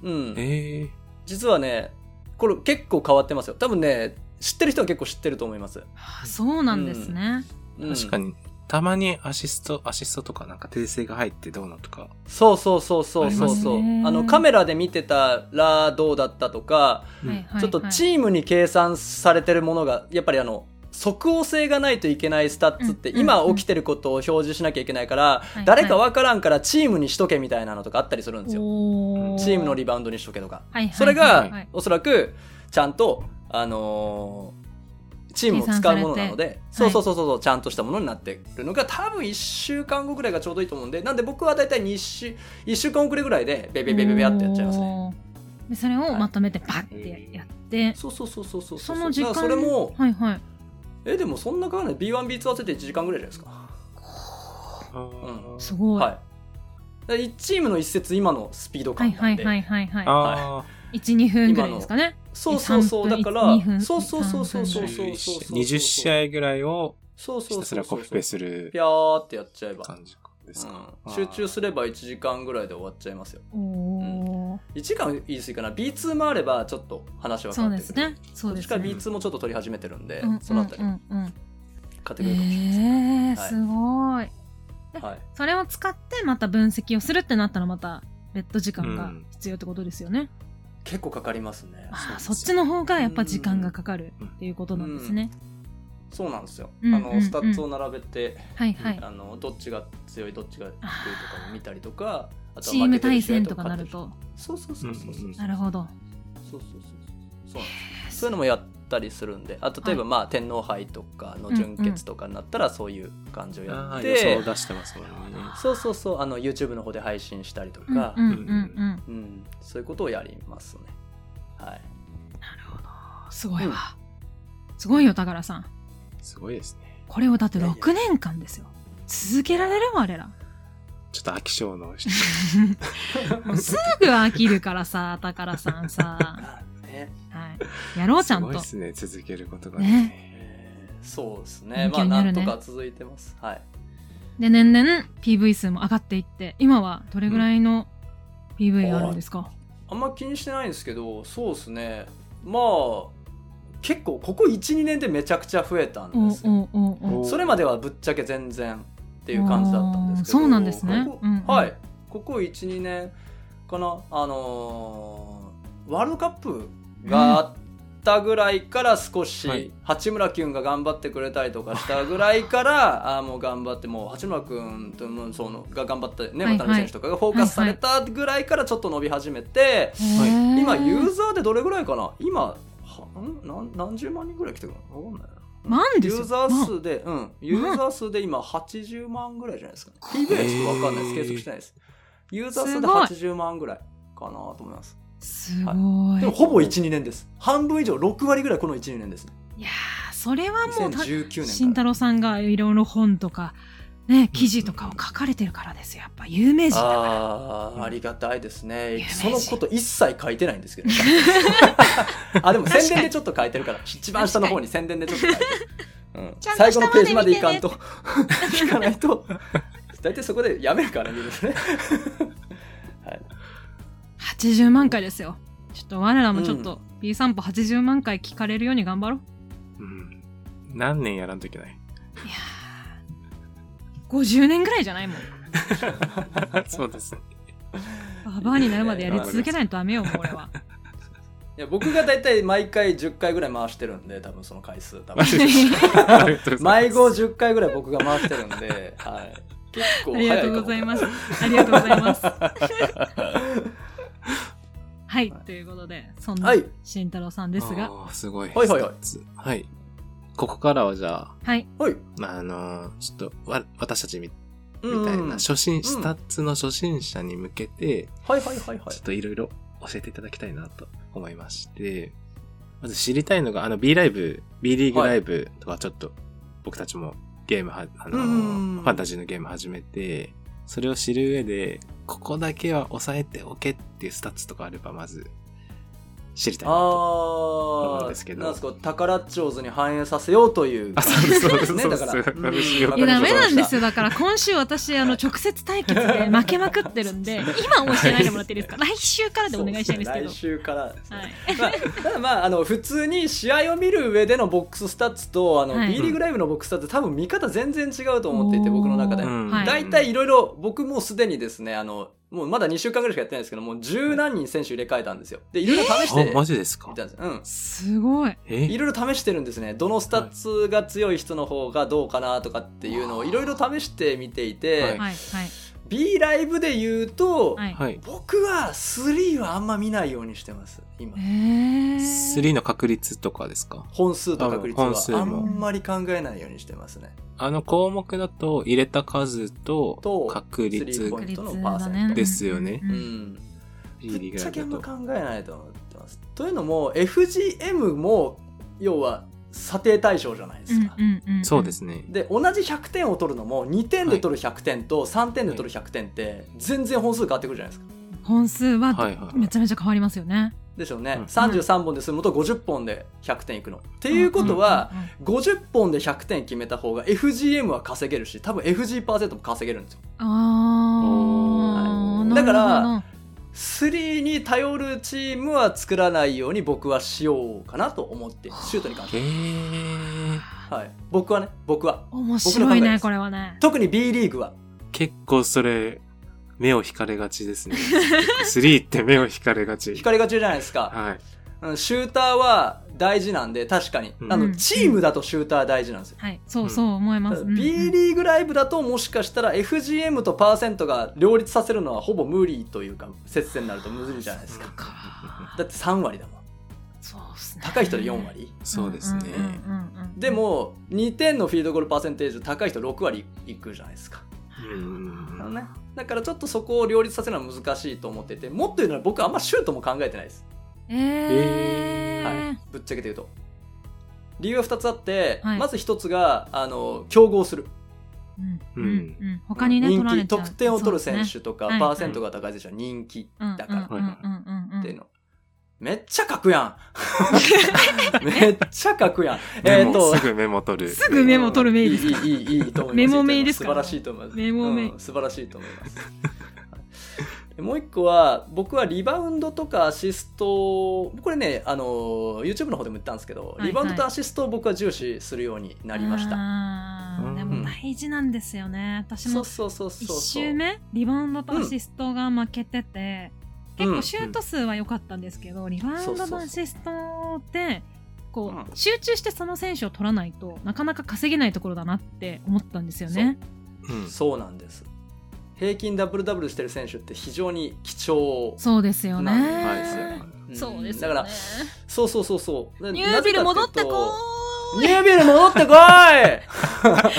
うんええ実はねこれ結構変わってますよ多分ね知ってる人は結構知ってると思います、あそうなんですね。うん確かに、たまにアシスト、アシストとかなんか訂正が入ってどうのとか。そうそうそうそうそうあそうりますねあのカメラで見てたらどうだったとかうんはいはいはいちょっとチームに計算されてるものがやっぱりあの即応性がないといけないスタッツってうんうん今起きてることを表示しなきゃいけないからいはい誰かわからんからチームにしとけみたいなのとかあったりするんですよ。おチームのリリバウンドにしとけとか、はいはいはいはいそれはいはがいおそらくちゃんと、あのーチームを使うものなのでそう計算されてそうそうそうちゃんとしたものになってるのが多分1週間後ぐらいがちょうどいいと思うんでなんで僕は大体2週1週間遅れぐらいでベベベベベってやっちゃいますね。ね。でそれをまとめてパッてはいややって、そうそうそうそうそうそうの時だ間からそれもはいはい。えでもそんな変わらない B1B2 合わせて1時間ぐらいじゃないですかんすごい。ははい1チームの一節今のスピードい感なんで、はいはいはいはああ、い。一二分ぐらいですかね。そうそうそう3だ分から2分そうそうそうそうそうそうそうそう20試合ぐらいをそうひそうたすそうらそコうピペするピャーってやっちゃえば、感じですか。うん集中すれば1時間ぐらいで終わっちゃいますよおお、 1時間言い過ぎかな B2 もあればちょっと話は変そわっうでてくするね。そうでしすかね。 B2 もちょっと取り始めてるんで、うんうんそのあたりうんうん。カテゴリーかもしれないですね、ええはいすごい。はい、それを使ってまた分析をするってなったらまた別途時間うがん必要ってことですよね。結構かかりますねああ、そそうっちの方がやっぱ時間がかかるっていうことなんですね。そうなんですよ、うんあうんうんのスタッツを並べて、はいはい。あのどっちが強いどっちが低いとかを見たりとかあとチは負ームけてる対試合戦とかなる勝とってるそうそうそうそうそう、うんうんうんなるほどそうそうそうそうそうなんですそういうのもやったりするんであ例えば、まあ天皇杯とかの準決とかになったらそういう感じをやっああ予て、想出してますもんね。そうそうそうあの YouTube の方で配信したりとうんうんか、うんうんうんそういうことをやりますねはいすごいわすごいよ高良さんすごいですね。これをだっていやいや6年間ですよ続けられるわ 我らちょっと飽き性の人。もうすぐ飽きるからさ高良さんさ、あねはい、やろうちゃんすとごいですね、続けることがえね。ーそうですね勉ま強あにななるねんとか続いてますはいで年々 PV 数も上がっていって今はどれぐらいの PV あるんですか、あんま気にしてないんですけどそうですねまあ結構ここ12年でめちゃくちゃ増えたんおでうすよおうおうおうおうそれまではぶっちゃけ全然っていう感じだったんですけどあーそうなんですねここうんうんはいここ12年かなあのーワールドカップがあったぐらいから少し、はい八村君が頑張ってくれたりとかしたぐらい からあーもう頑張ってもう八村君とのそのが頑張ってねはいはい渡辺選手とかがフォーカスされたぐらいからちょっと伸び始めて、はい今ユーザザーでどれぐらいかな今はんなん何十万人ぐらい来てるのわかんないな万でユすよーザー数で、うん、ユーザー数で今80万ぐらいじゃないですか。TBA はちょっとわかんないです。計測してないです。ユーザー数すでごい80万ぐらいかなと思います。すごい、でもほぼ1、2年です。半分以上、6割ぐらいこの1、2年ですね。いやーそれはもう2019た慎年か太ら。郎さんがいろいろ本とか、ね、記事とかを書かれてるからですよやっぱ有名人だかああ、ありがたいです有名ね。そ人のこと一切書いてないんです けど。あ、でも宣伝でちょっと書いてるから、一番下の方に宣伝でちょっと書いてる。うん ちゃんと最後のページまでい下かまでん見てと、 聞かないと、大体そこでやめるからね、見る とね。ら80万回ですよちょっと我らもちょっと B 散歩80万回聞かれるように頑張ろううん。何年やらんといけない。 いやー50年ぐらいじゃないもんそうです ね。ババアになるまでやり続けないとダメよもう俺 はいや僕が大体毎回10回ぐらい回してるんで多分その回数多分 マジでありがとうございます毎号10回ぐらい僕が回してるんで、はい、結構あ早りいかもがとうございますありがとうござい ますはいということでそんなはい慎太郎さんですがあーすごい。はいはいはいスタッツはい。ここからはじゃあ、はいはいあのーちょっとわ、私たちみうみんたいな、初心、んスタッツの初心者に向けて、はいはいはいはちょっといろいろ教えていただきたいなと思いまして、まず知りたいのが、あの B ライブ、B リーグライブとかちょっと僕たちもゲームは、あのうーんファンタジーのゲーム始めて、それを知る上で、ここだけは抑えておけっていうスタッツとかあれば、まず知りたいなと。い思うんあですけーどなんですか宝町ズに反映させようというあそうですそうですねそうでだすからそうですうんそうですいやダメなんですよよだから今週私あの直接対決で負けまくってるん で今は教えないでもらっていいですか来週からでお願いしたいんですけど来週からですねはいまあ、ただまああの普通に試合を見る上でのボックススタッツとあの、はい B リーグライブのボックススタッツ多分見方全然違うと思っていて僕の中で、おーうんはい大体いろいろ僕もうすでにですねあのもうまだ2週間ぐらいしかやってないんですけどもう十何人選手入れ替えたんですよでいろいろ試してあ、マみジですかたんですうんすごいえいろいろ試してるんですねどのスタッツが強い人の方がどうかなとかっていうのをいろいろ試してみていて、はいはいはい B ライブで言うと、はいはい。僕は3はあんま見ないようにしてます今えー3の確率とかですか本数と確あ本率数はもあんまり考えないようにしてますね。あの項目だと入れた数とと確スリー率ポイントのパーセントですよねううんん。いぶいリっグちラゃイけあんブまだと考えないと思ってます。というのも FGM も要は査定対象じゃないですか。うんうんんそうですね。で同じ100点を取るのも2点で取る100点と3点で取る100点って全然本数変わってくるじゃないですか。本数ははいはい。めちゃめちゃ変わりますよねでしょうね。うん33本で済むと50本で100点いくの。っていうことはうんうんうん50本で100点決めた方が FGM は稼げるし多分 FG% も稼げるんですよあーだからなるほど3に頼るチームは作らないように僕はしようかなと思ってシュートに関してへーは、はい、僕はね僕は面白僕のい考えでねすこれはね特に B リーグは結構それ、目を引かれがちですね。3って目を引かれがち引。かれがちじゃないですか、はい。うん、シューターは大事なんで確かに、うんあのチームだとシューター大事なんですよ、はいそうそう思いまたすだうんうん B リーグライブだともしかしたら FGM とパーセントが両立させるのはほぼ無理というか接戦になると無理じゃないですかだって3割だもんそうっすね高い人で4割そうですね。うんうんうんうんでも2点のフィールドゴールパーセンテージ高い人6割いくじゃないですかうんあのね、だからちょっとそこを両立させるのは難しいと思っててもっと言うなら僕あんまシュートも考えてないです、えはーい、ぶっちゃけて言うと理由は2つあって、はいまず1つがあの競合するうんううんんうん他にね取人られ気ちゃう得点を取る選そう手とか、そうですねパーセントが高い選手は人気ですねだからうんうんうんうんってういうんの、めっちゃ書くや んめっちゃ書くやんえーメっモとすぐメモ取る。すぐメモ取るメイですいいいいいいいいと思いますメモメイですか素晴らしいと思いますメモメイうん素晴らしいと思いますもう一個は、僕はリバウンドとかアシスト、これね、あの、YouTube の方でも言ったんですけど、いはいリバウンドとアシストを僕は重視するようになりました。あーうんでも大事なんですよね。私そもうそうそうそうそう。 1周目リバウンドとアシストが負けてて、結構シュート数は良かったんですけど、リバウンドとアシストってこう、うん集中してその選手を取らないとなかなか稼げないところだなって思ったんですよね。うんそうなんです。平均ダブルダブルしてる選手って非常に貴重。そうですよね。なはいそうなんだうんそうですだよかねら、。そうそうそうそう。なニュービル戻ってこうーいニュービル戻ってこいニニュー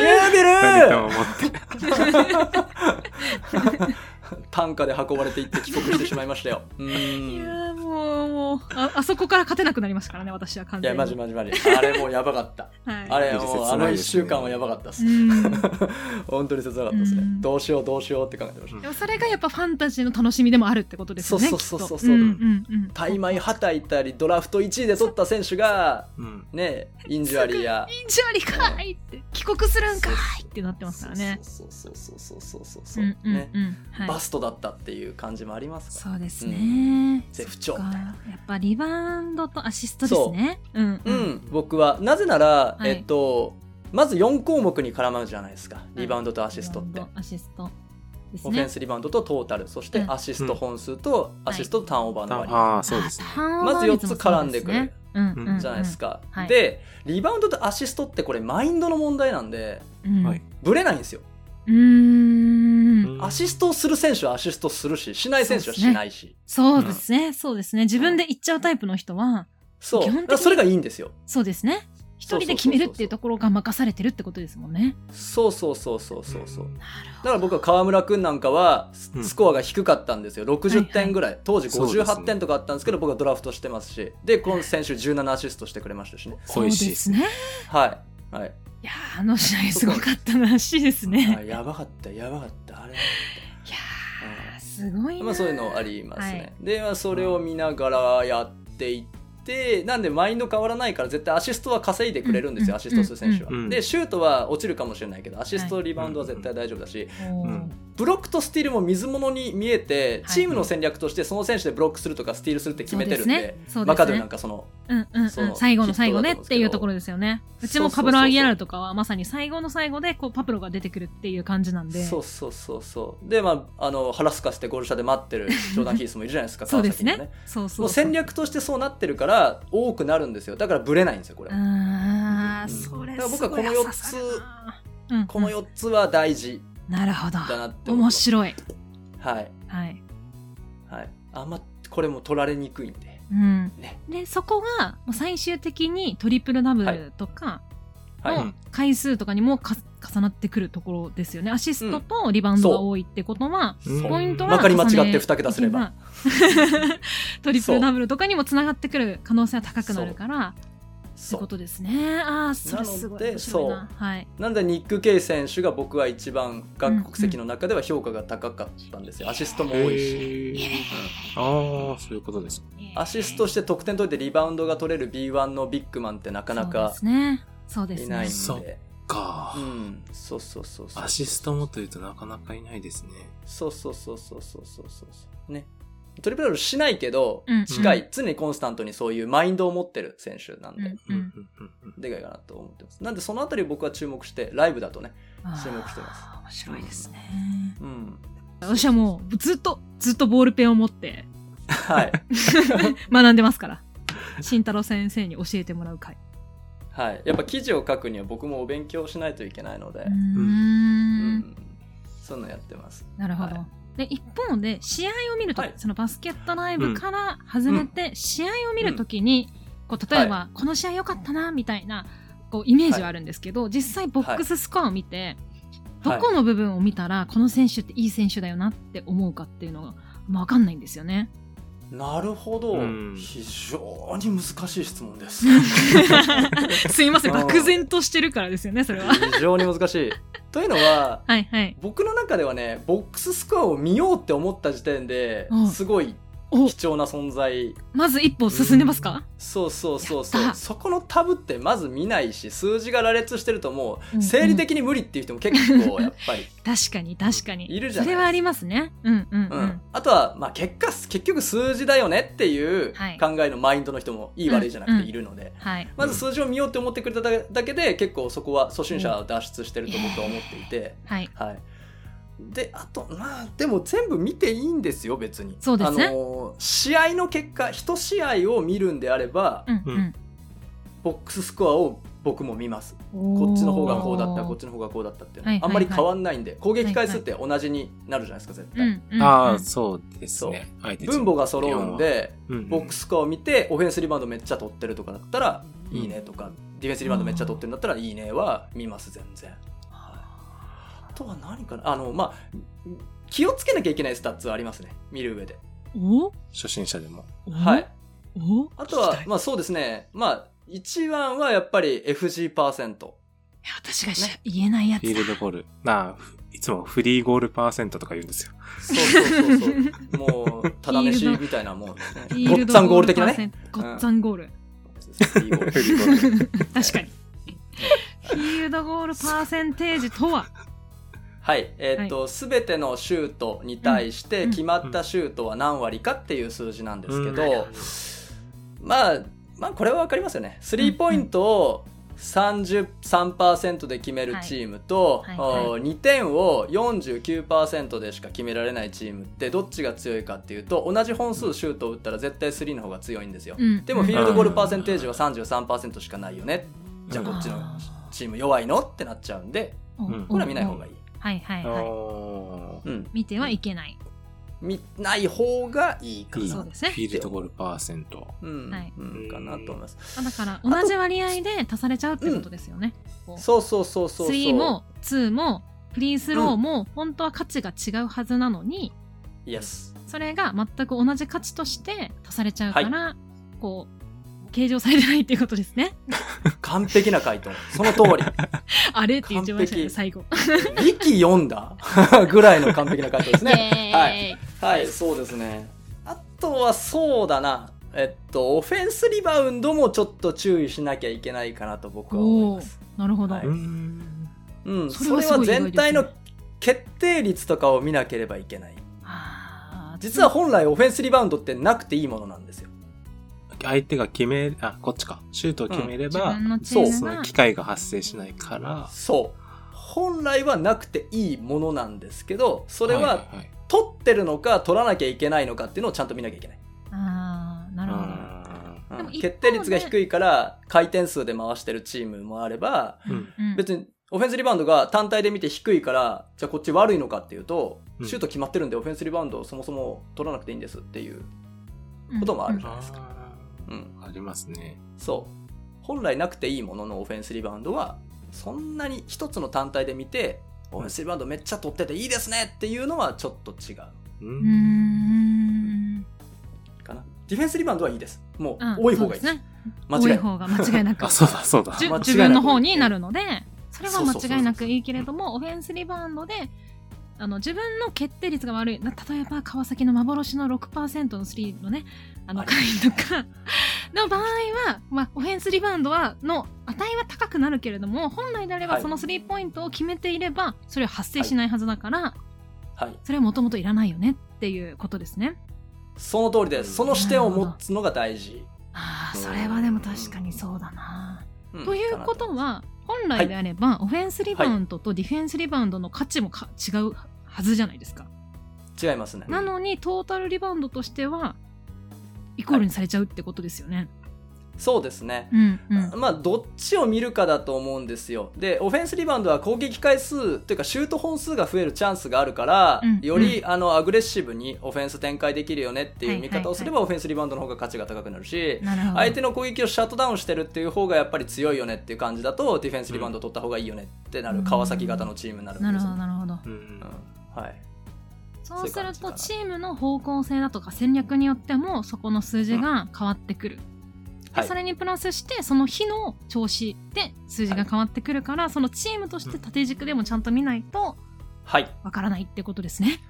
ビルュービ二人とル も持って単価で運ばれていって帰国してしまいました よ。うーんいやーもうもうああそこから勝てなくなりますからね私は完い全や、に。マジマジマジ。あれもうやばかった。は い、あれ切もう、ないあの1ですね週間はやばかったっすう。ん本当に切なかったですねうん。どうしようどうしようって考えてました。でもそれがやっぱファンタジーの楽しみでもあるってことですよね。そうそうそうそうきっとんんうん大枚はたいたり、ドラフト1位で取った選手が、うん。ね、インジュアリーや。インジュアリーかいって帰国するんかいってなってますからね。そうそうそうそうそうそううそんう。うんねうんはいバストだったっていう感じもありますかそうですうね。絶不調そっかやっぱリバウンドとアシストですね。うんうら。うんん、僕は。なぜなら、はいえっと、まず4項目に絡まるじゃないですか。リバウンドとアシストっリてバウン。ドアシストですオフェねン。スリバウンドとトータル、そしてうんアシスト本数とアシストとターンオーバーの割合ああ、そうですね。ままず四つ絡んでくるうんうんうんじゃないです。か。はいで、リバウンドとアシストってこれマインドの問題なんで、うんはい。ブレないんですよ。うーん。アシストをする選手はアシストするし、しない選手はしないし。そうですね。そうですね。自分で行っちゃうタイプの人は、そう,、基本的にだからそれがいいんですよ。そうですね。一そうそうそうそう人で決めるっていうところが任されてるってことですもんね。そうそうそうそうそうそう。なるだから僕は河村くんなんかはスうんスコアが低かったんですよ。はい60点ぐらい。当時そうですね58点とかあったんですけど、僕はドラフトしてますし。で、今選手17アシストしてくれましたし ね。そう恋でしい。すね。はい。はい。いやーあの試合すごかったらしいですね。あやばかった、やばかった。あれ。いやーすごいな。まあ、そういうのあ。りますね。はいで、まあ、それを見ながらやっていって、なんでマインド変わらないから絶対アシストは稼いでくれるんですよ、うんアシストする選手は。うんで、シュートは落ちるかもしれないけど、アシスト、はリバウンドは絶対大丈夫だし、おーうんブロックとスティールも水物に見えて、はいチームの戦略としてその選手でブロックするとかスティールするって決めてるんそうでで、すねそうですねマカドゥなんかその、うんうんそうのん。最後のきっとだと最後思うんでねっすけどていうところですよね。うちもパブロ・アギアールとかはまさに最後の最後でこうパブロが出てくるっていう感じなんで。そうそうそうそう。で、まあ、あの、腹すかしてゴール下で待ってるジョーダン・ヒースもいるじゃないですか、 そ川うです崎にはねね。。そうそうそう。もう戦略としてそうなってるから、多くなるんですよ。だからブレないんですよ、これは。あーうんそれだから僕はこのすごい刺さるなうんうんこの4つは大事なるほど。だなって思い面ます。白い。はい。はい。はい。あんま、これも取られにくいんで。うんねでそこがもう最終的にトリプルダブルとかはい。の回数とかにもか重なってくるところですよねアシストとリバウンドが多いってことは、うんそうポイントまはかり間違って重ね二桁すればいけば トリプルダブルとかにもつながってくる可能性は高くなるからってそこう。とですねああそれすごいなので面白いなはいなんで、ニック・ケイ選手が僕は一番外国籍の中では評価が高かったんですよ。アシストも多いし。ああ、そういうことです。アシストして得点取れてリバウンドが取れる B1 のビッグマンってなかなそうかですねそうでいすないねんそうで。かう。ん。そうそうそうそう。アシストもというとなかなかいないですね。そうそうそうそうそうそうそうそう。ね。トリプルダブルしないけどうん、近うい、常にコンスタントにそういうマインドを持ってる選手なんで、うんうんでかいかなと思ってます。なんでそのあたり僕は注目して、ライブだとね。注目してますあー面白いですね、うん。 私はもうずっとずっとボールペンを持ってはい。学んでますから慎太郎先生に教えてもらう会はい。やっぱ記事を書くには僕もお勉強しないといけないので、ううんん。そんなのやってます。なるほど、はで一方で試合を見ると、はいそのバスケットライブから外れて、試合を見るときに、こう例えば、この試合良かったなみたいなこうイメージはあるんですけど、実際ボックススコアを見て、はいどこの部分を見たら、この選手っていい選手だよなって思うかっていうのが、まあ、分かんないんです よね。なるほどうん。非常に難しい質問 です。すいませんあー漠然としてるからですよねそれは。非常に難しい。というのは、はいはい。僕の中ではね、ボックススコアを見ようって思った時点でうんすごいお貴重な存在まず一歩進んでますか、そうそうそうそやっうたそこのタブってまず見ないし数字が羅列してるともううんうん生理的に無理っていう人も結 構やっぱり、確かに確かにいるじゃないそれはありますねうんうんううんん、あとは、まあ、結果結局数字だよねっていうはい考えのマインドの人もいい悪いじゃなくているので、はいまず数字を見ようって思ってくれただだけで結構そこは初心者を脱出してると僕は思っていて、はいはい、であとまあでも全部見ていいんですよ別にそうですねあの試合の結果一試合を見るんであれば、うんうんボックススコアを僕も見ますここっちの方がこうだったこっちの方がこうだったっていうのは、はいはいあんはまいり変わんないんで攻撃回数って同じになるじゃないですか絶対、うんうんうんああ、そうですね。相手分母が揃うんでうんうん、ボックススコアを見てオフェンスリバウンドめっちゃ取ってるとかだったらいいねとか、ディフェンスリバウンドめっちゃ取ってるんだったらいいねは見ます全然、はいあとは何かなあのまあ気をつけなきゃいけないスタッツはありますね見る上でお初心者でも。おはいおあとは聞きたいいやまあそうですねまあ一番はやっぱり FG パーセン ト私がし言えないやつフィールドだゴー ル。なあ、ふいつもフリーゴールパーセントとか言うんですよ。そうそうそうそうもうただ飯みたいなもんですねフィごっルドつぁんゴール的なねパーセントごっつぁんゴールフリーゴールフリーゴール。確かにフィールドゴールパーセンテージとははい、えーっと、すべてのシュートに対しうてん決まったシュートは何割かっていう数字なんですけうんど、まあ、まあこれはわかりますよね。スリーポイントを33%で決めるチームと、はいはいお2点を49%でしか決められないチームってどっちが強いかっていうと同じ本数シュートを打ったら絶対スリーの方が強いんですよ。うんでもフィールドゴールうんパーセンテージは33%しかないよね。じゃあこっちのあチーム弱いのってなっちゃうんで、ーうんおこれは見ない方がいいい。はいはいあはいーうん。見てはいけない見ない方がいいかいいなそなうですねフィールドゴールパーセント。うんはいうん、かなと思います。あだから同じ割合で足されちゃうってことですよねこうそうそうそうそうそう。 3も2もフリースローも本当は価値が違うはずなのに、イエス。それが全く同じ価値として足されちゃうから、こう計上されてないっていうことですね 完璧な回答。その通り。 あれって言ってました完ね璧最後ミキ読んだ ぐらいの完璧な回答ですイエね。ーイ、はいはい、そうですね。あとはそうだな。えっと、オフェンスリバウンドもちょっと注意しなきゃいけないかなと僕は思います。なるほど、はいうーん。うん、それそはれすごはい意外ですね全体の決定率とかを見なければいけない。あー実は本来オフェンスリバウンドってなくていいものなんですよ。相手が決め、あ、こっちか。シュートを決めれ自ば、分のチそうーそムのが機会が発生しないから、そう本来はなくていいものなんですけどそこれは取ってるのか取らなきゃいけないのかっていうのをちゃんと見なきゃいけない、ああなるほど、うんでも一方で決定率が低いから回転数で回してるチームもあればうんうん別にオフェンスリバウンドが単体で見て低いからじゃあこっち悪いのかっていうとうんシュート決まってるんでオフェンスリバウンドをそもそも取らなくていいんですっていう、こともあるじゃないですか。うん、ありますね。そう本来なくていいもののオフェンスリバウンドはそんなに一つの単体で見てオフェンスリバウンドめっちゃ取ってていいですねっていうのはちょっと違うう。うんんうーんかな。ディフェンスリバウンドはいいです。もあう多い方がいいそです。うですね間違多いいない。方が間違いなくあ、そうだ、そうだ。じゅ間違いなく自分の方になるのでそれはそうそうそうそう間違いなくいいけれどもオフェンスリバウンドであの自分の決定率が悪いな例えば川崎の幻の6%のスリーのねあのあり回とか の場合は、まあ、オフェンスリバウンドはの値は高くなるけれども本来であれはばいそのスリーポイントを決めていればそれは発生しないはずだから、はい。それはもともといらないよねっていうことですね。その通りです。その視点を持つのが大事。ああそれはでも確かにそうだな。うんということ。は本来であれば、オフェンスリバウンドとディフェンスリバウンドの価値もか違うはずじゃないですか、違いますね。なのにトータルリバウンドとしてはイコールにされちゃうってことですよね、そうですね。うんうんまあ、どっちを見るかだと思うんですよ。で、オフェンスリバウンドは攻撃回数というかシュート本数が増えるチャンスがあるから、うんよりあのアグレッシブにオフェンス展開できるよねっていう見方をすれば、オフェンスリバウンドの方が価値が高くなるし、なるほど相手の攻撃をシャットダウンしてるっていう方がやっぱり強いよねっていう感じだと、ディフェンスリバウンド取った方がいいよねってなうるん川崎型のチームになるんですよなるほどなるほどうんうんはい。そうするそういうと感じチかームの方向性だとか戦略によってもそこの数字が変わってくる、ではいそれにプラスしてその日の調子で数字が変わってくるから、そのチームとして縦軸でもちゃんと見ないとはい。わからないってことですね、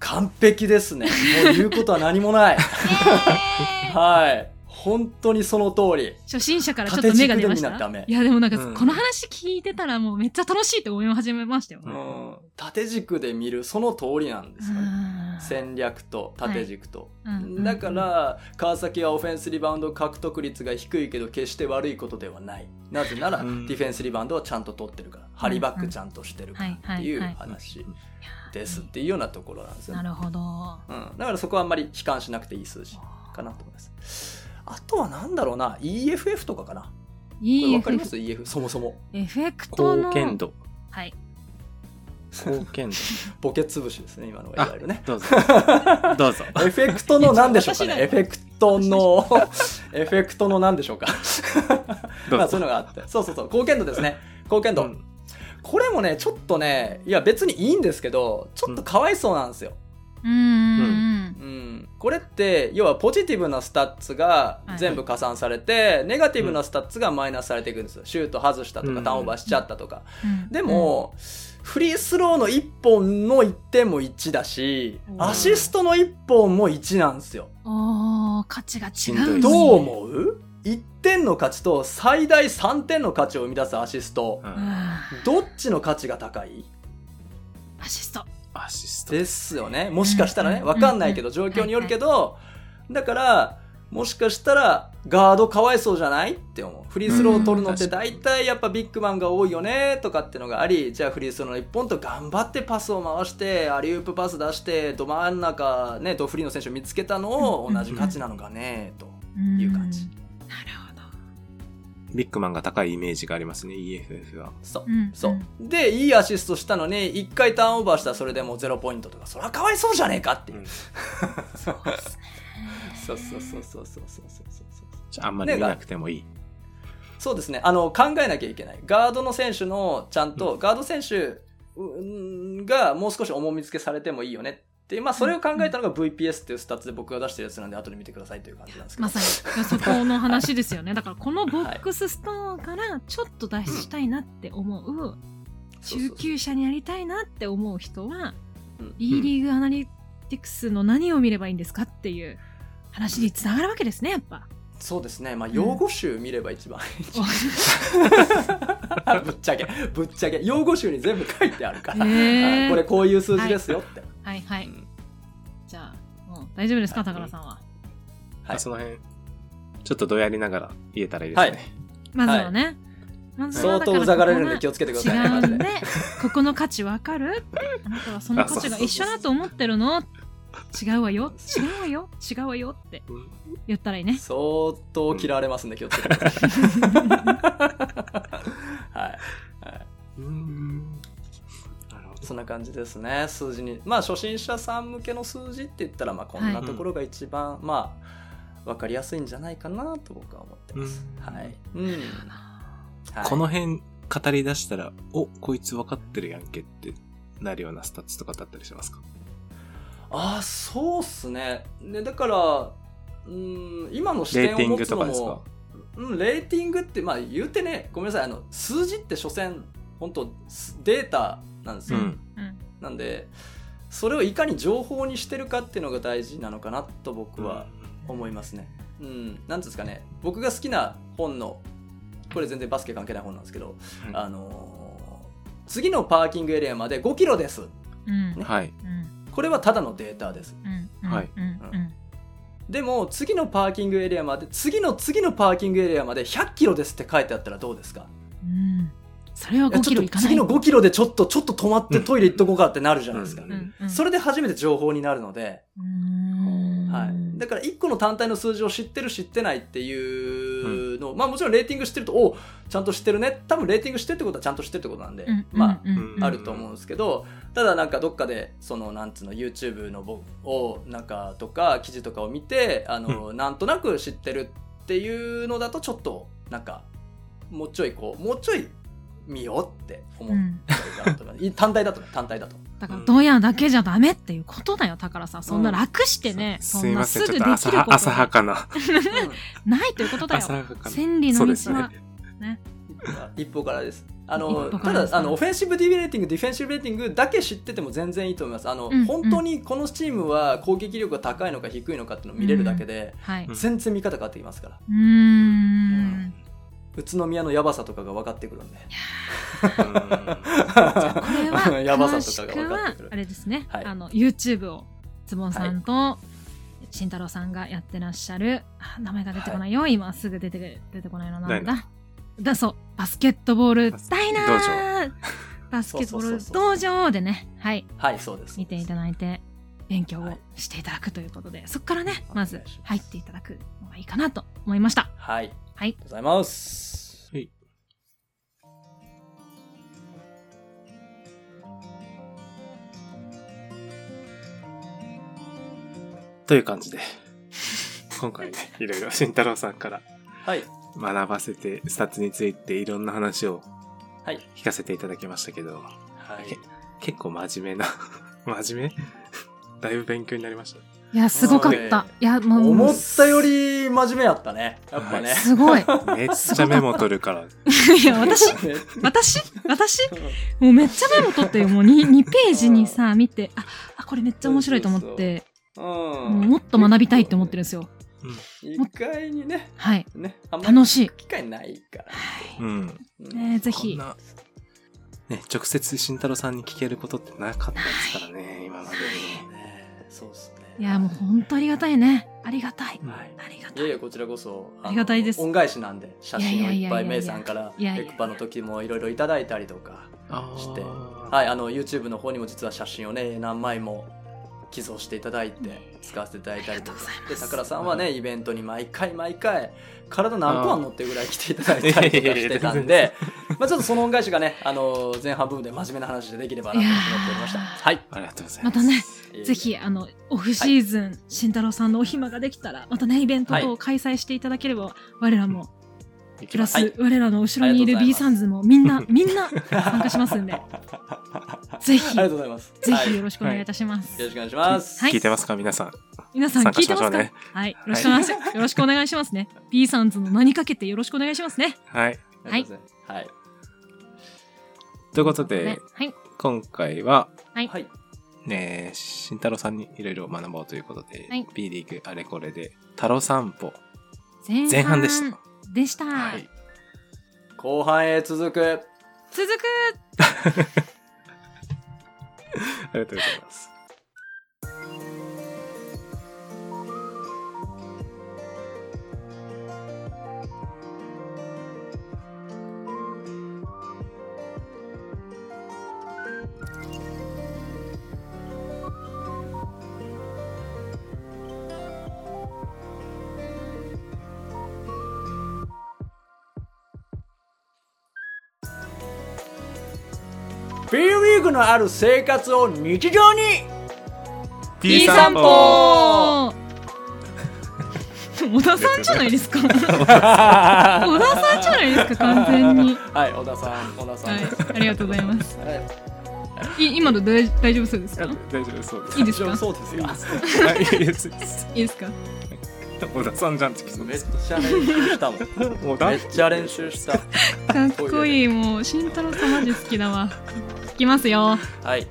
完璧ですね。もう言うことは何も ない。イエーイはい。本当にその通り。初心者からちょっと目が出ま縦軸で見しなダた。メいや、でもなんか、うんこの話聞いてたらもうめっちゃ楽しいって思い始めましたよ。ううんん。縦軸で見る、その通りなんですよね。あー戦略と縦軸と、はいうんだから川崎はオフェンスリバウンド獲得率が低いけど決して悪いことではないなぜならうデんィフェンスリバウンドはちゃんと取ってるから、ハリバックちゃんとしてるからっていうはいはい話ですっていうようなところなんですよなね、るうほど。ん、だからそこはあんまり悲観しなくていい数字かなと思いますあとはなんだろうな EFF とかかなこいれいわエかフりェまクす EF そもそもエフェクトの。貢献 度。はい。貢献度。ボケ潰しですね今のはいわゆるね どうぞ。ど うぞ。エフェクトの何でしょうかね私だエよフェクトのエフェクトの何でしょうかどまあうそうぞ。いうのがあって。そうそうそう。貢献度ですね。貢献度。うんこれもね、ちょっとね、いや別にいいんですけど、ちょっとかわいそうなんですよ。うーん。うん。これって、要はポジティブなスタッツが全部加算されて、ネガティブなスタッツがマイナスされていくんですよ。シュート外したとうか、んターンオーバーしちゃったとか。うんで、も、フリースローの1本の1点も1だしう、んアシストの1本も1なんですよ。おお価値が違しんどう。いどうう思う ?1 点の価値と最大3点の価値を生み出すアシストう。んあーどっちの価値が高いアシスト。アシスト。ですよねもしかしたらねうんわかんないけど状況によるけどだからもしかしたらガードかわいそうじゃないって思うフリースローを取るのってうん大体やっぱビッグマンが多いよねとかってのがありじゃあフリースローの1本と頑張ってパスを回してアリウープパス出してど真ん中ねとフリーの選手を見つけたのを同じ価値なのかねという感じんなるほど。ビッグマンが高いイメージがありますね、EFF は。そううんそうでいいアシストしたのに1回ターンオーバーしたらそれでもう0ポイントとかそりゃかわいそうじゃねえかっていう。そうですねそうそうそうそうそうそうそうそうそうじゃああんまり見なくてもいい。そうですね。あの、考えなきゃいけない。ガードの選手の、ちゃんと、ガード選手うんがもう少し重み付けされてもいいよねっていう、まあ、それを考えたのが VPS っていうスタッツで僕が出してるやつなんで、後で見てくださいという感じなんですけど。まさにいやそこの話ですよね。だからこのボックスストーンからちょっと脱出したいなって思う、そうそう中級者になりたいなって思う人はうん、 B リーグアナリティクスの何を見ればいいんですかっていう話につながるわけですね、やっ ぱ。そうですね。まあ、用語集見れば一番 いい。ぶっちゃけ、ぶっちゃけ。用語集に全部書いてあるから。へーはいこれこういう数字ですよって。はいはうい。んじゃあ、もう大丈夫ですか、はい高田さんは。はいその辺、ちょっとどやりながら言えたらいいですはね。い。まずはね。まずは相だ当からうざがられるんで気をつけてくださいね、マ違うジんでで。、ここの価値わかるあなたはその価値が一緒だと思ってるの違うわよ、違うわよ、違うわよってうん言ったら いいね。相当嫌われますんで気をつけてく ださい。はい。うーんなるほどそんな感じですね数字にまあ初心者さん向けの数字って言ったらまあこんなところが一番、まあわかりやすいんじゃないかなと僕は思ってます、うんはい、うんはい、この辺語り出したら、お、こいつ分かってるやんけってなるようなスタッツとかだったりしますかああそうっすねねだからうん今の視レ点をーティン持グつのもとかですかうん、レーティングってまあ言うてねごめんなさいあの数字って所詮本当すデータなんですうよ、ん。うんなんでそれをいかに情報にしてるかっていうのが大事なのかなと僕は思いますね。うん、なんていうんですかね、僕が好きな本の、これ全然バスケ関係ない本なんですけど、うんあのー次のパーキングエリアまで5キロです。うんねはい。うんこれはただのデータです。うんうんはいうんうんでも、次のパーキングエリアまで、次の次のパーキングエリアまで100キロですって書いてあったらどうですかうんそれはいや5キちロょっいとかない次の5キロでちょっと、ちょっと止まってトイレ行っとこうかってなるじゃないですかう。うんうんそれで初めて情報になるので、うーんはい、だから1個の単体の数字を知ってる知ってないっていうのを、まあもちろんレーティング知ってるとおちゃんと知ってるね多分レーティング知ってるってことはちゃんと知ってるってことなんで、うんまうんうんうんああると思うんですけどただなんかどっかでそのなんつうの YouTube の僕をなんかとか記事とかを見てあの、なんとなく知ってるっていうのだとちょっとなんかもうちょいこうもうちょい見ようって思うっんたりだと思います、単体だとね単体 だとだからドヤだけじゃダメっていうことだよ宝さんそんな楽してねそすいんなませすん、ちぐでょっきるとこ浅は浅はとかな。うん ないということだよ浅はかな。千里そのうです道ねは。 一歩からです。あの一歩かたらですだねあのオフェンシブディベレーティングディフェンシブレーティングだけ知ってても全然いいと思いますあの、うんうん本当にこのチームは攻撃力が高いのか低いのかっていうのを見れるだけで、はい。うん全然見方変わってきますからうーん。宇都宮のやばさとかが分かってくるん でこれや は、ばさ詳としかがく分かっはてく、あるれですね、はいあの、YouTube を、ズボンさんと、慎太郎さんがやってらっしゃる、あ名前が出てこないよ、今すぐ出てく出てこないのなんなだ。だそう、バスケットボールダイナ道ーバスケットボール道場でね、はい、はいそうです見ていただいて、勉強をしていただくということで、そこからね、まおず願いします入っていただくのがいいかなと思いました。はいありがはい。とうございますはいという感じで、今回ね、いろいろ慎太郎さんからはい学ばせて、スタッツについていろんな話をはい聞かせていただきましたけど、はい結構真面目な、 真面目だいぶ勉強になりました。いや、すごかったそうね。いや、もう、思ったより真面目やったねやっぱね、すごい。めっちゃメモ取るから、いや、私ね私私もうめっちゃメモ取ってよ。もう 2, 2ページにさ、見て、あ、あこれめっちゃ面白いと思って、うもうんもっと学びたいって思ってるんですよ。一回にねはい。ねあんまり楽しい。機会ないからうん。うんね、ぜこんひ。なね、直接慎太郎さんに聞けることってなかったですからね、今までねそうっすねいや、もうほんとありがたいね。ありがたい。に。はいありがいたやいいや。こちらこそのありがたいです恩返しなんで写真をいっぱいいやいやいやいやいやメイさんからいやいやエクパの時もいろいろいただいたりとかあしてーはいあの YouTube の方にも実は写真をね何枚も寄贈していただいて使わせていただいたりとかありがとうございますでさくらさんはねイベントに毎回毎回体何個あんのってぐらい来ていただいたりとかしてたんいやいやいでまあちょっとその恩返しがねあの前半部分で真面目な話でできればなと思っておりましたいやーはいありがとうございまます。たね、えーぜひ、あの、オフシーズン、慎太郎さんのお暇ができたら、またね、イベント等を開催していただければ、我らも、行きプまラすス、我らの後ろにいるあり B がとサうンごズも、みんな、みんな参加します んで、ぜあひ、りがとうぜございますはいひよよろしくお願いいたします。ろしくお願いしますはい聞いてますか、皆さん。皆さん聞いてま参加すかしましょうねはい、よろしくお願いし ます。よろしくお願いしますね。B さんズの名にかけてよろしくお願いしますね。はい。はいはいということねで、はい、今回は、はいね、慎太郎さんにいろいろ学ぼうということで、はい B リーグあれこれで、太郎散歩前半前半でした。。でした。はい。後半へ続く続く。ありがとうございます。 B リーグのある生活を日常に B 散歩おー。 小田さんじゃな いですか。小は田さんじゃないですか、完全に。い、小田さん、小田さん。はい、ありがとうございます。はいい今の大大丈夫そうですか。大丈夫そうです。いいです大丈夫か。そうですよ。はいいいです。いいですか。小田さんじゃんって来そうめでっす。ちゃ練習したもん。小田めっちゃ練習した。かっこいい、もう慎太郎さんマジ好きだわ。いきますよ。はい、